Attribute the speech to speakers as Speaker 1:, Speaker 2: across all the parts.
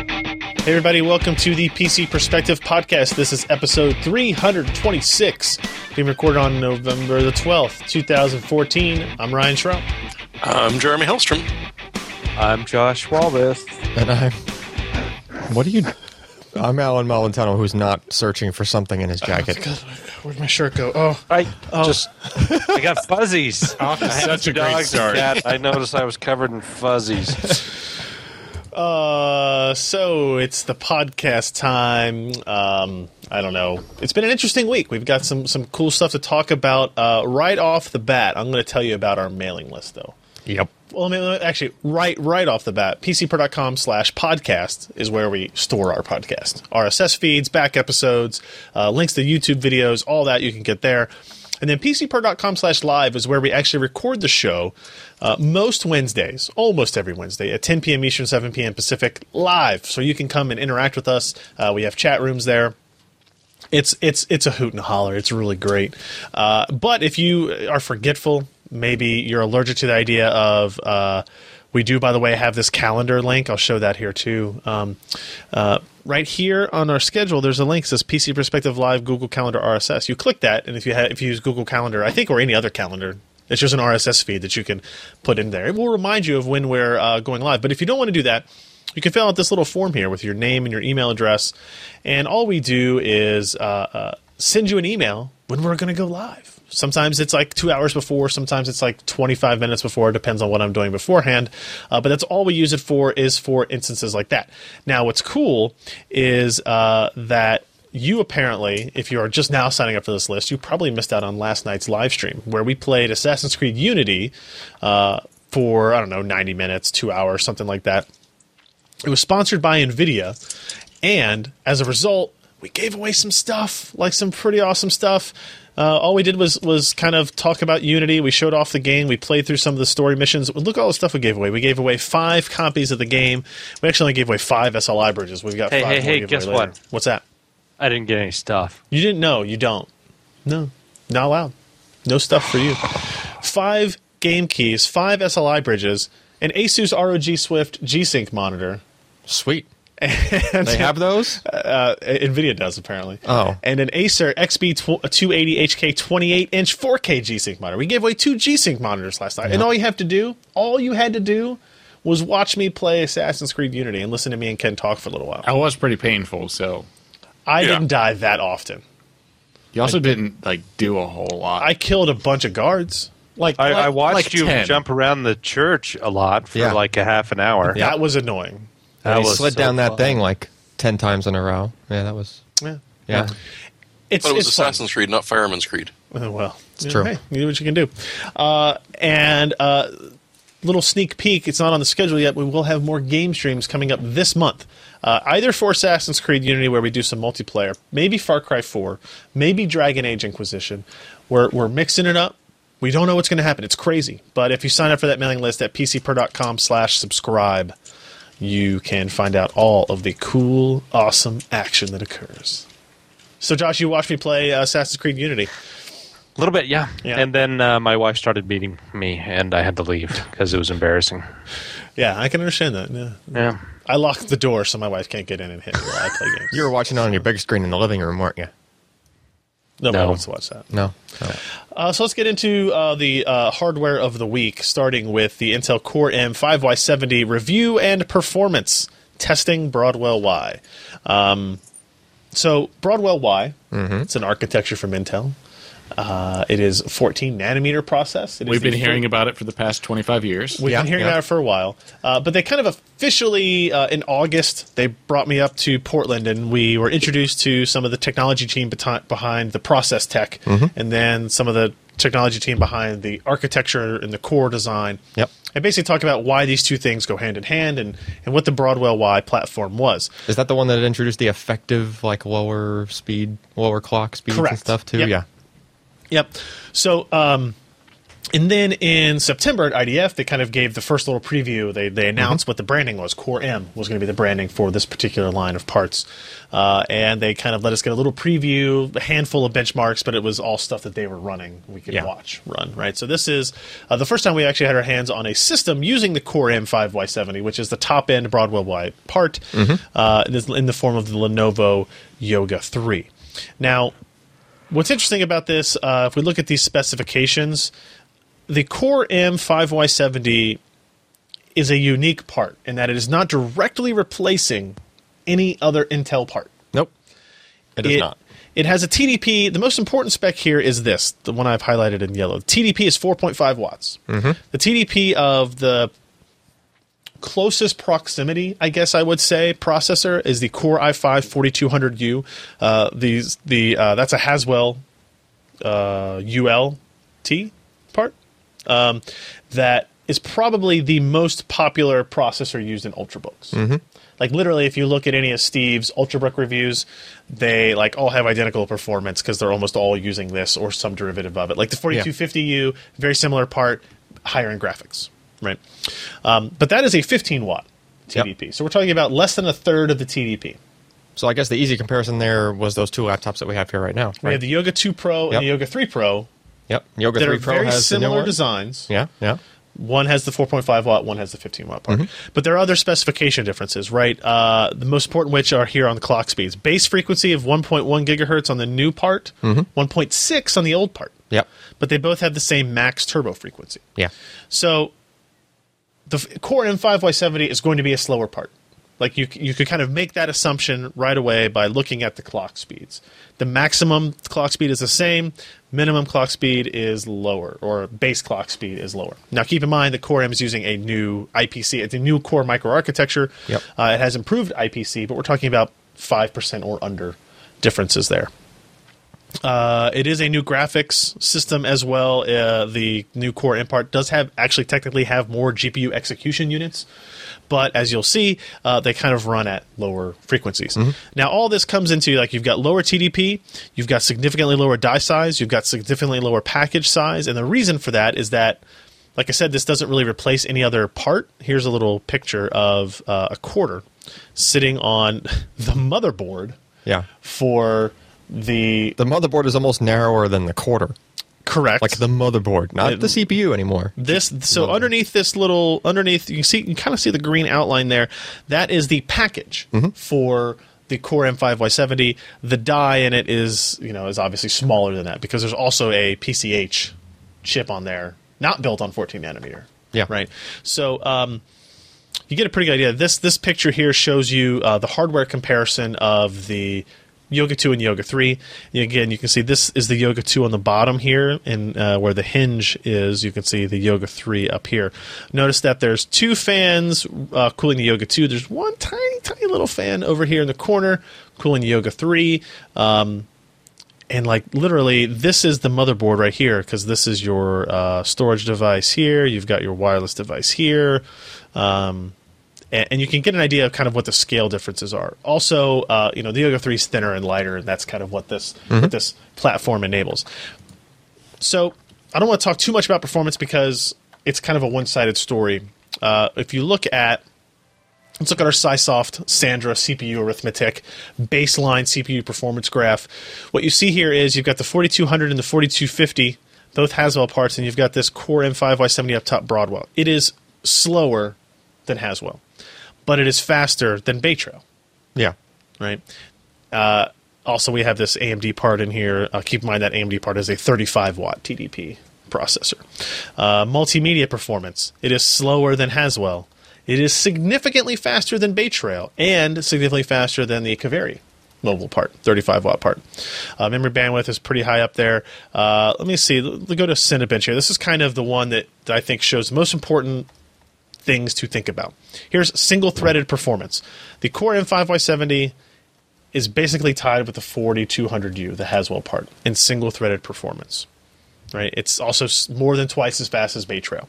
Speaker 1: Hey everybody, welcome to the PC Perspective Podcast. This is episode 326, being recorded on November the 12th, 2014. I'm Ryan Schraub.
Speaker 2: I'm Jeremy Hellstrom.
Speaker 3: I'm Josh Walvis.
Speaker 4: And I. What are you. I'm Alan Molentano, who's not searching for something in his jacket.
Speaker 1: God, where'd my shirt go? Oh,
Speaker 3: I just I got fuzzies. I had
Speaker 5: such
Speaker 3: two
Speaker 5: a great
Speaker 3: dogs and
Speaker 5: start.
Speaker 3: cat. I noticed I was covered in fuzzies.
Speaker 1: uh, so it's the podcast time. Um, I don't know. It's been an interesting week. We've got some, some cool stuff to talk about. Uh, right off the bat, I'm going to tell you about our mailing list, though.
Speaker 4: Yep.
Speaker 1: well, I mean, actually, right right off the bat, pcpro.com slash podcast is where we store our podcast. RSS feeds, back episodes, uh, links to YouTube videos, all that you can get there. And then pcpro.com slash live is where we actually record the show uh, most Wednesdays, almost every Wednesday, at 10 p.m. Eastern, 7 p.m. Pacific, live. So you can come and interact with us. Uh, we have chat rooms there it's it's it's a hoot and a holler. It's really great. Uh, but if you are forgetful, maybe you're allergic to the idea of. Uh, we do, by the way, have this calendar link. I'll show that here too. Um, uh, right here on our schedule, there's a link that says PC Perspective Live Google Calendar RSS. You click that, and if you ha- if you use Google Calendar, I think or any other calendar, it's just an RSS feed that you can put in there. It will remind you of when we're uh, going live. But if you don't want to do that, you can fill out this little form here with your name and your email address. And all we do is uh, uh, send you an email when we're going to go live. Sometimes it's like two hours before, sometimes it's like 25 minutes before. It depends on what I'm doing beforehand. Uh, but that's all we use it for, is for instances like that. Now, what's cool is uh, that you apparently, if you are just now signing up for this list, you probably missed out on last night's live stream where we played Assassin's Creed Unity uh, for, I don't know, 90 minutes, two hours, something like that. It was sponsored by NVIDIA, and as a result, we gave away some stuff, like some pretty awesome stuff. Uh, all we did was was kind of talk about Unity. We showed off the game. We played through some of the story missions. Look at all the stuff we gave away. We gave away five copies of the game. We actually only gave away five SLI bridges. We've got
Speaker 3: Hey,
Speaker 1: five
Speaker 3: hey,
Speaker 1: more
Speaker 3: hey,
Speaker 1: to give
Speaker 3: guess
Speaker 1: away later.
Speaker 3: what?
Speaker 1: What's that?
Speaker 3: I didn't get any stuff.
Speaker 1: You didn't know. You don't. No, not allowed. No stuff for you. Five game keys, five SLI bridges, an Asus ROG Swift G Sync monitor.
Speaker 4: Sweet. they have those?
Speaker 1: Nvidia does apparently.
Speaker 4: Oh.
Speaker 1: and an Acer XB tw- 280 HK 28 inch 4K G-Sync monitor. We gave away two G-Sync monitors last night, and all you have to do, all you had to do, was watch me play Assassin's Creed Unity and listen to me and Ken talk for a little while.
Speaker 5: That was pretty painful. So
Speaker 1: I
Speaker 2: Yeah.
Speaker 1: didn't die that often.
Speaker 5: you also didn't like do a whole lot.
Speaker 1: I killed a bunch of guards.
Speaker 4: Like,
Speaker 3: I, I watched
Speaker 5: like
Speaker 3: you
Speaker 5: 10.
Speaker 3: jump around the church a lot for
Speaker 4: Yeah.
Speaker 3: like a half an hour.
Speaker 4: Yeah.
Speaker 1: That was annoying.
Speaker 3: That
Speaker 4: I
Speaker 3: was
Speaker 4: slid
Speaker 3: so
Speaker 4: down that
Speaker 3: fun.
Speaker 4: thing like 10 times in a row. Yeah, that was.
Speaker 1: Yeah.
Speaker 4: Yeah.
Speaker 1: It's,
Speaker 2: But it was
Speaker 1: it's fun.
Speaker 2: Assassin's Creed, not Fireman's Creed.
Speaker 1: Uh, well, it's
Speaker 4: true.
Speaker 1: Hey, you do what you can do. Uh, and uh, little sneak peek, it's not on the schedule yet. We will have more game streams coming up this month. Uh, either for Assassin's Creed Unity, where we do some multiplayer, maybe Far Cry 4, maybe Dragon Age Inquisition. We're, we're mixing it up. We don't know what's going to happen. It's crazy. But if you sign up for that mailing list at pcper.com slash subscribe, you can find out all of the cool, awesome action that occurs. So, Josh, you watched me play uh, Assassin's Creed Unity.
Speaker 3: A little bit, yeah.
Speaker 1: Yeah.
Speaker 3: And then uh, my wife started beating me, and I had to leave because it was embarrassing.
Speaker 1: Yeah, I can understand that. Yeah.
Speaker 3: Yeah.
Speaker 1: I locked the door so my wife can't get in and hit me while I play games.
Speaker 4: You were watching it on your big screen in the living room, weren't you?
Speaker 1: Nobody
Speaker 3: No.
Speaker 1: wants to watch that.
Speaker 4: No. No.
Speaker 1: Uh, so let's get into uh, the uh, hardware of the week, starting with the Intel Core M5Y70 review and performance testing Broadwell Y. Um, so Broadwell Y, it's an architecture from Intel. Uh, it is 14 nanometer process. It is
Speaker 5: We've been
Speaker 1: the
Speaker 5: hearing about it for the past 25 years.
Speaker 1: We've
Speaker 4: Yeah,
Speaker 1: been hearing
Speaker 4: yeah.
Speaker 1: about it for a while, uh, but they kind of officially uh, in August they brought me up to Portland and we were introduced to some of the technology team beti- behind the process tech,
Speaker 4: Mm-hmm.
Speaker 1: and then some of the technology team behind the architecture and the core design.
Speaker 4: Yep.
Speaker 1: And basically talk about why these two things go hand in hand and, and what the Broadwell Y platform was.
Speaker 4: Is that the one that introduced the effective, like, lower speed, lower clock speeds
Speaker 1: Correct.
Speaker 4: and stuff, too?
Speaker 1: Yep.
Speaker 4: Yeah.
Speaker 1: Yep. So um, And then in September at IDF, they kind of gave the first little preview. They, they announced what the branding was. Core M was going to be the branding for this particular line of parts. Uh, and they kind of let us get a little preview, a handful of benchmarks, but it was all stuff that they were running. We could
Speaker 4: Yeah.
Speaker 1: watch run, right? So this is uh, the first time we actually had our hands on a system using the Core M5Y70, which is the top end Broadwell Y part uh, in this- in the form of the Lenovo Yoga 3. Now, What's interesting about this, uh, if we look at these specifications, the Core M5Y70 is a unique part in that it is not directly replacing any other Intel part.
Speaker 4: Nope. It is not.
Speaker 1: It has a TDP. The most important spec here is this, the one I've highlighted in yellow. TDP is 4.5 watts.
Speaker 4: Mm-hmm.
Speaker 1: The TDP of the closest proximity, I guess I would say, processor is the Core i5 4200U. Uh, these the uh, that's a Haswell uh, ULT part um, that is probably the most popular processor used in ultrabooks.
Speaker 4: Mm-hmm.
Speaker 1: Like literally, if you look at any of Steve's ultrabook reviews, they like all have identical performance because they're almost all using this or some derivative of it. Like the 4250U, very similar part, higher in graphics, right? Um, but that is a 15 watt
Speaker 4: Yep.
Speaker 1: TDP. So we're talking about less than a third of the TDP.
Speaker 4: So I guess the easy comparison there was those two laptops that we have here right now.
Speaker 1: We
Speaker 4: right?
Speaker 1: have the Yoga 2 Pro
Speaker 4: Yep.
Speaker 1: and the Yoga 3 Pro
Speaker 4: yep. Yoga
Speaker 1: that
Speaker 4: 3
Speaker 1: are
Speaker 4: Pro
Speaker 1: very
Speaker 4: has the new
Speaker 1: similar
Speaker 4: one.
Speaker 1: designs.
Speaker 4: Yeah, yeah.
Speaker 1: One has the 4.5 watt, one has the 15 watt part. But there are other specification differences, right? Uh, the most important which are here on the clock speeds. Base frequency of 1.1 gigahertz on the new part, 1.6 on the old part.
Speaker 4: Yep.
Speaker 1: But they both have the same max turbo frequency.
Speaker 4: Yeah.
Speaker 1: So the f- Core M5Y70 is going to be a slower part. Like you, c- you could kind of make that assumption right away by looking at the clock speeds. The maximum clock speed is the same. Minimum clock speed is lower, or base clock speed is lower. Now, keep in mind the Core M is using a new IPC. It's a new Core microarchitecture.
Speaker 4: Yep.
Speaker 1: Uh, it has improved IPC, but we're talking about five percent or under differences there. Uh, it is a new graphics system as well. Uh, the new Core M part does have actually technically have more GPU execution units, but as you'll see, uh, they kind of run at lower frequencies.
Speaker 4: Mm-hmm.
Speaker 1: Now, all this comes into like you've got lower TDP, you've got significantly lower die size, you've got significantly lower package size, and the reason for that is that, like I said, this doesn't really replace any other part. Here's a little picture of uh, a quarter sitting on the motherboard
Speaker 4: Yeah.
Speaker 1: for the
Speaker 4: The motherboard is almost narrower than the quarter.
Speaker 1: correct
Speaker 4: Like the motherboard, not the CPU anymore.
Speaker 1: this so underneath this little underneath you can see you can kind of see the green outline there that is the package for the core m5y70 the die in it is you know is obviously smaller than that because there's also a pch chip on there not built on 14 nanometer
Speaker 4: Yeah.
Speaker 1: right so um you get a pretty good idea. This this picture here shows you uh, the hardware comparison of the Yoga 2 and Yoga 3. And again, you can see this is the Yoga 2 on the bottom here, and uh, where the hinge is, you can see the Yoga 3 up here. Notice that there's two fans uh, cooling the Yoga 2. There's one tiny, tiny little fan over here in the corner cooling the Yoga 3. Um, and like literally, this is the motherboard right here because this is your uh, storage device here. You've got your wireless device here. Um, and, and you can get an idea of kind of what the scale differences are. Also, uh, you know, the Yoga Three is thinner and lighter, and that's kind of what this what this platform enables. So, I don't want to talk too much about performance because it's kind of a one sided story. Uh, if you look at Let's look at our Sysoft Sandra CPU arithmetic baseline CPU performance graph. What you see here is you've got the 4200 and the 4250, both Haswell parts, and you've got this Core M5Y70 up top Broadwell. It is slower than Haswell, but it is faster than Bay Trail
Speaker 4: Yeah.
Speaker 1: right? Uh, also, we have this AMD part in here. Uh, keep in mind that AMD part is a 35 watt TDP processor. Uh, multimedia performance. It is slower than Haswell. It is significantly faster than Bay Trail and significantly faster than the Kaveri mobile part, 35 watt part. Uh, memory bandwidth is pretty high up there. Uh, let me see. Let me go to Cinebench here. This is kind of the one that, that I think shows the most important things to think about. Here's single threaded performance. The Core M5Y70 is basically tied with the 4200U, the Haswell part, in single threaded performance. Right? It's also s- more than twice as fast as Bay Trail.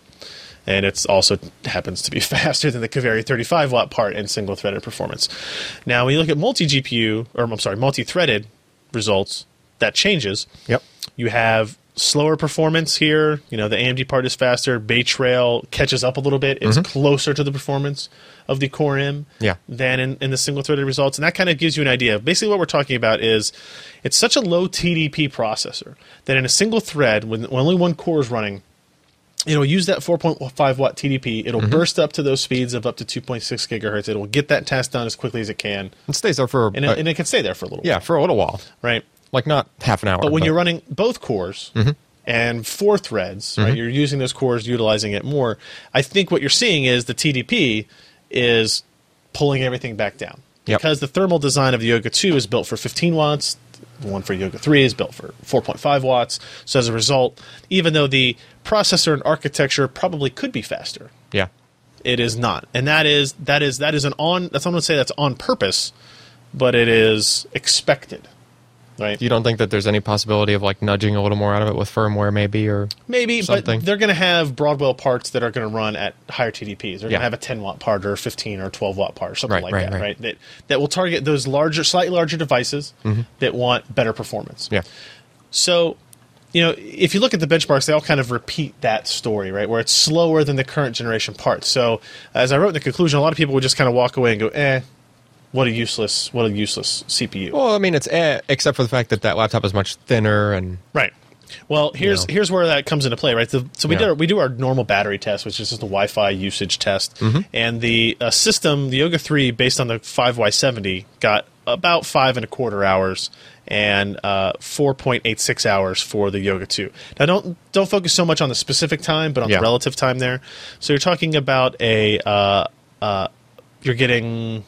Speaker 1: And it's also happens to be faster than the Kaveri 35 watt part in single threaded performance. Now, when you look at multi GPU, or I'm sorry, multi threaded results, that changes
Speaker 4: Yep.
Speaker 1: you have slower performance here. You know, the AMD part is faster. Bay Trail catches up a little bit. It's closer to the performance of the Core M
Speaker 4: Mm-hmm. Yeah.
Speaker 1: than in, in the single threaded results. And that kind of gives you an idea. Basically, what we're talking about is it's such a low TDP processor that in a single thread, when, when only one core is running, it'll use that 4.5 watt TDP. It'll
Speaker 4: Mm-hmm.
Speaker 1: burst up to those speeds of up to 2.6 gigahertz. It'll get that task done as quickly as it can.
Speaker 4: It stays there for
Speaker 1: And it,
Speaker 4: uh,
Speaker 1: and it can stay there for a little
Speaker 4: yeah for a little while,
Speaker 1: while, right?
Speaker 4: like not half an hour.
Speaker 1: But when you're running both cores and four threads, right, you're using those cores, utilizing it more. I think what you're seeing is the TDP is pulling everything back down
Speaker 4: Yep.
Speaker 1: because the thermal design of the Yoga 2 is built for 15 watts. The one for Yoga 3 is built for 4.5 watts. So as a result, even though the processor and architecture probably could be faster,
Speaker 4: yeah,
Speaker 1: it is not, and that is that is that is an on. That's I'm going to say that's on purpose, but it is expected, right?
Speaker 4: you don't think that there's any possibility of like nudging a little more out of it with firmware maybe or
Speaker 1: Maybe,
Speaker 4: something.
Speaker 1: but they're going to have Broadwell parts that are going to run at higher TDPs. They're going to
Speaker 4: Yeah.
Speaker 1: have a 10 watt part or a 15 or 12 watt part, or something
Speaker 4: Right,
Speaker 1: like
Speaker 4: right,
Speaker 1: that, right.
Speaker 4: right.
Speaker 1: That that will target those larger, slightly larger devices that want better performance.
Speaker 4: Mm-hmm. yeah
Speaker 1: So, you know, if you look at the benchmarks, they all kind of repeat that story, right? Where it's slower than the current generation parts. So, as I wrote in the conclusion, a lot of people would just kind of walk away and go, "Eh, what a useless, what a useless CPU."
Speaker 4: Well, I mean, it's eh, except for the fact that that laptop is much thinner and
Speaker 1: Right. Well, here's
Speaker 4: know.
Speaker 1: here's where that comes into play, right? The, so we
Speaker 4: Yeah.
Speaker 1: do our, we do our normal battery test, which is just a Wi-Fi usage test,
Speaker 4: Mm-hmm.
Speaker 1: and the uh, system, the Yoga Three, based on the five Y seventy, got about five and a quarter hours and uh, four point eight six hours for the Yoga Two. Now, don't don't focus so much on the specific time, but on
Speaker 4: Yeah.
Speaker 1: the relative time there. So you're talking about a uh, uh, you're getting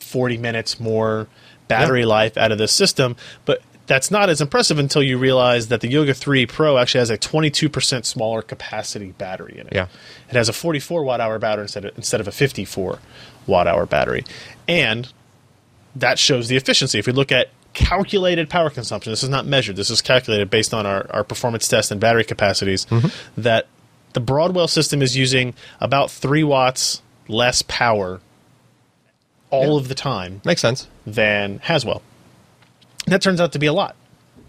Speaker 1: 40 minutes more battery life out of this system, but that's not as impressive until you realize that the Yoga 3 Pro actually has a 22% smaller capacity battery in it.
Speaker 4: Yeah.
Speaker 1: It has a 44 watt hour battery instead of, instead of a 54 watt hour battery. And that shows the efficiency. If we look at calculated power consumption, this is not measured, this is calculated based on our, our performance test and battery capacities, that the Broadwell system is using about 3 watts less power all of the time
Speaker 4: makes sense.
Speaker 1: than Haswell. And that turns out to be a lot,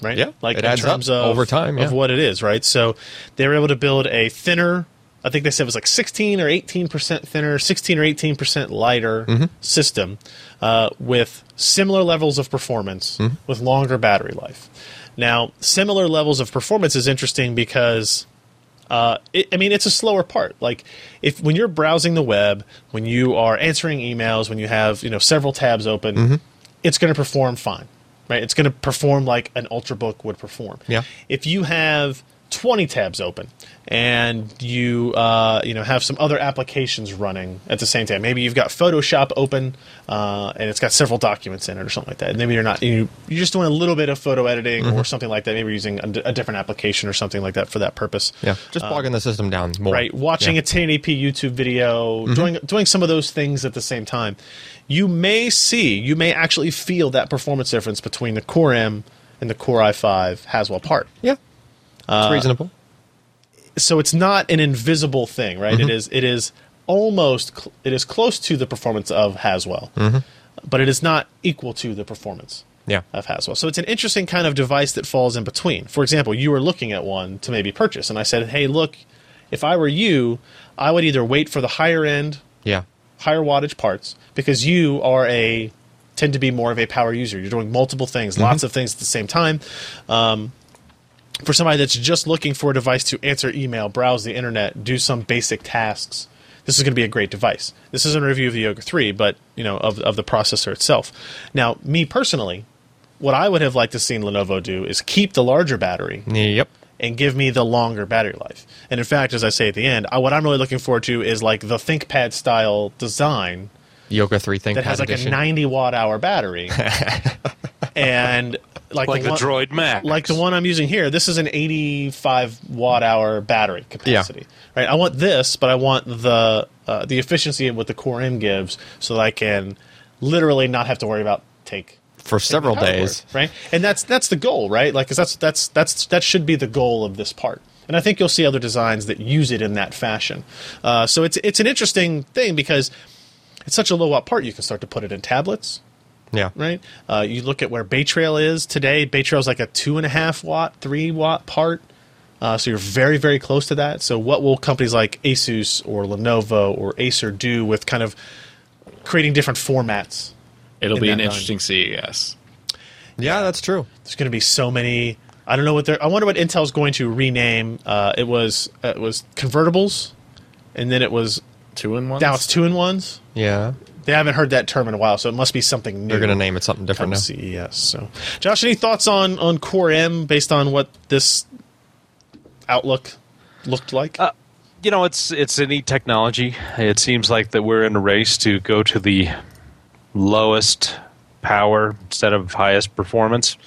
Speaker 1: right?
Speaker 4: Yeah,
Speaker 1: like
Speaker 4: it
Speaker 1: in
Speaker 4: adds
Speaker 1: terms
Speaker 4: up
Speaker 1: of
Speaker 4: over time, yeah.
Speaker 1: of what it is, right? So they were able to build a thinner. I think they said it was like 16 or 18 percent thinner, 16 or 18 percent lighter
Speaker 4: Mm-hmm.
Speaker 1: system uh, with similar levels of performance
Speaker 4: Mm-hmm.
Speaker 1: with longer battery life. Now, similar levels of performance is interesting because uh, it, I mean, it's a slower part. Like if when you're browsing the web, when you are answering emails, when you have you know several tabs open,
Speaker 4: Mm-hmm.
Speaker 1: it's going to perform fine, right? It's going to perform like an ultrabook would perform.
Speaker 4: Yeah.
Speaker 1: If you have 20 tabs open and you uh, you know have some other applications running at the same time, maybe you've got Photoshop open uh, and it's got several documents in it or something like that. And maybe you're not you you're just doing a little bit of photo editing
Speaker 4: Mm-hmm.
Speaker 1: or something like that. Maybe you're using a, d- a different application or something like that for that purpose
Speaker 4: Yeah, just bogging the system down more.
Speaker 1: Uh, right watching
Speaker 4: Yeah.
Speaker 1: a 1080p youtube video doing doing some of those things at the same time you may see you may actually feel that performance difference between the core m and the core i5 haswell part
Speaker 4: Yeah, it's
Speaker 1: Uh,
Speaker 4: reasonable.
Speaker 1: so it's not an invisible thing right It is it is almost cl- it is close to the performance of haswell but it is not equal to the performance
Speaker 4: Yeah,
Speaker 1: of Haswell. So it's an interesting kind of device that falls in between. For example, you were looking at one to maybe purchase, and I said, "Hey, look, if I were you, I would either wait for the higher end,
Speaker 4: yeah,
Speaker 1: higher wattage parts because you are a tend to be more of a power user. You're doing multiple things, lots of things at the same time." Um, for somebody that's just looking for a device to answer email, browse the internet, do some basic tasks, this is going to be a great device. This isn't a review of the Yoga 3, but you know of of the processor itself. Now, me personally, what I would have liked to seen Lenovo do is keep the larger battery
Speaker 4: yep.
Speaker 1: and give me the longer battery life. And in fact, as I say at the end, I, what I'm really looking forward to is like the ThinkPad style design
Speaker 4: Yoga three thing
Speaker 1: that has like a 90 watt hour battery and like,
Speaker 3: Like the
Speaker 1: one-
Speaker 3: Droid Max.
Speaker 1: like the one I'm using here. This is an 85 watt hour battery capacity, right? I want this, but I want the uh, the efficiency of what the Core M gives, so that I can literally not have to worry about take
Speaker 4: for several
Speaker 1: power
Speaker 4: days.
Speaker 1: board, right? And that's that's the goal, right? Like, 'cause that's that's that's that should be the goal of this part. And I think you'll see other designs that use it in that fashion. Uh, so it's it's an interesting thing because it's such a low watt part. You can start to put it in tablets.
Speaker 4: Yeah.
Speaker 1: right? Uh, you look at where Bay Trail is today. Bay Trail is like a two and a half watt, three watt part. Uh, so you're very, very close to that. So what will companies like Asus or Lenovo or Acer do with kind of creating different formats?
Speaker 5: It'll
Speaker 1: In
Speaker 5: be
Speaker 1: that
Speaker 5: an
Speaker 1: line.
Speaker 5: interesting E CES.
Speaker 4: Yeah, that's true.
Speaker 1: There's going to be so many. I don't know what they're. I wonder what Intel's going to rename. Uh, it was uh, it was convertibles, and then it was
Speaker 5: Two in one.
Speaker 1: now it's two in ones.
Speaker 4: Yeah.
Speaker 1: They haven't heard that term in a while, so it must be something new.
Speaker 4: They're going to name it something different
Speaker 1: from
Speaker 4: now.
Speaker 1: CES. So, Josh, any thoughts on on Core M based on what this outlook looked like?
Speaker 3: you know, it's it's a neat technology. It seems like that we're in a race to go to the lowest power instead of highest performance,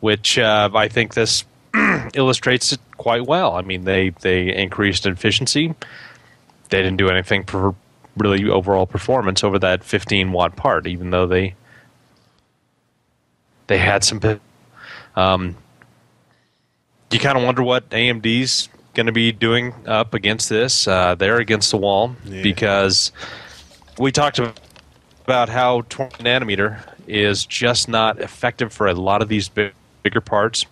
Speaker 3: which uh, I think this illustrates it quite well. I mean, they they increased efficiency. They didn't do anything for really overall performance over that 15 watt part, even though they they had some. p- Um, you kind of wonder what AMD's going to be doing up against this. Uh, they're against the wall
Speaker 1: Yeah.
Speaker 3: because we talked about how 20 nanometer is just not effective for a lot of these big, bigger parts.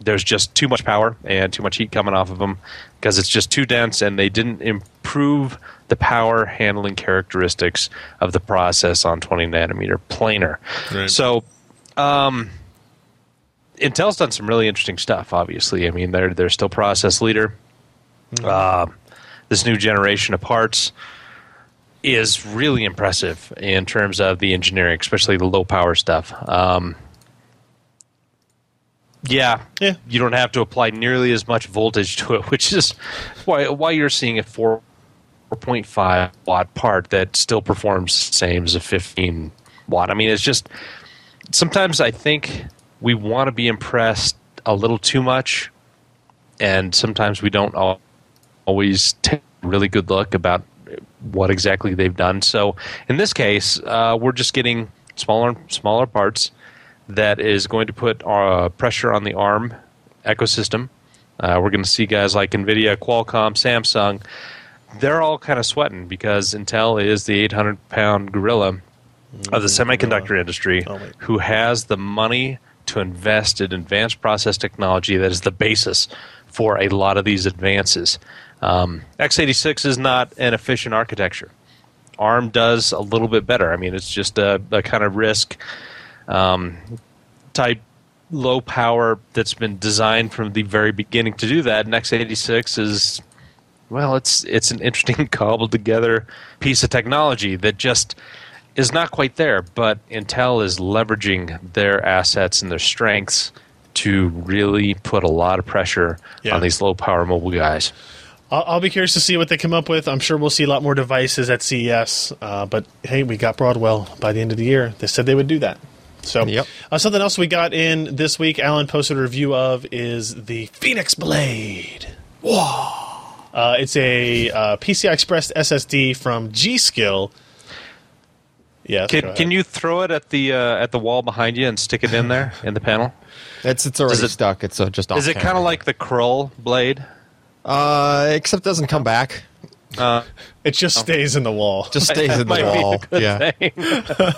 Speaker 3: There's just too much power and too much heat coming off of them because it's just too dense, and they didn't improve the power handling characteristics of the process on 20 nanometer planar.
Speaker 1: Right.
Speaker 3: So Intel's done some really interesting stuff. Obviously, I mean they're they're still process leader. Uh, this new generation of parts is really impressive in terms of the engineering, especially the low power stuff. Um, yeah,
Speaker 1: Yeah.
Speaker 3: you don't have to apply nearly as much voltage to it, which is why why you're seeing a four point five watt part that still performs same as a fifteen watt. I mean, it's just sometimes I think we want to be impressed a little too much, and sometimes we don't al- always take a really good look about what exactly they've done. So in this case, uh, we're just getting smaller and smaller parts that is going to put uh, pressure on the ARM ecosystem. Uh, we're going to see guys like NVIDIA, Qualcomm, Samsung. They're all kind of sweating because Intel is the 800 pound gorilla of the semiconductor industry
Speaker 1: Oh, wait.
Speaker 3: who has the money to invest in advanced process technology that is the basis for a lot of these advances. Um, x86 is not an efficient architecture. ARM does a little bit better. I mean, it's just a, a kind of risk um, type low power that's been designed from the very beginning to do that. And x86 is well, it's it's an interesting cobbled together piece of technology that just is not quite there. But Intel is leveraging their assets and their strengths to really put a lot of pressure
Speaker 1: Yeah.
Speaker 3: on these low power mobile guys.
Speaker 1: I'll, I'll be curious to see what they come up with. I'm sure we'll see a lot more devices at CES. Uh, but hey, we got Broadwell by the end of the year. They said they would do that. So
Speaker 4: Yep.
Speaker 1: uh, something else we got in this week. Alan posted a review of is the Phoenix Blade. Whoa! Uh, it's a uh, PCI Express SSD from G Skill. Yes. go
Speaker 3: Can,
Speaker 1: ahead.
Speaker 3: can you throw it at the uh, at the wall behind you and stick it in there in the panel?
Speaker 4: It's it's already
Speaker 3: Does it-
Speaker 4: stuck. It's uh, just off
Speaker 3: Is it kind of
Speaker 4: camera.
Speaker 3: like the Krull blade?
Speaker 4: uh, except it doesn't come back.
Speaker 1: It just stays in the wall.
Speaker 4: Just stays in the
Speaker 3: might be a
Speaker 4: wall. Yeah,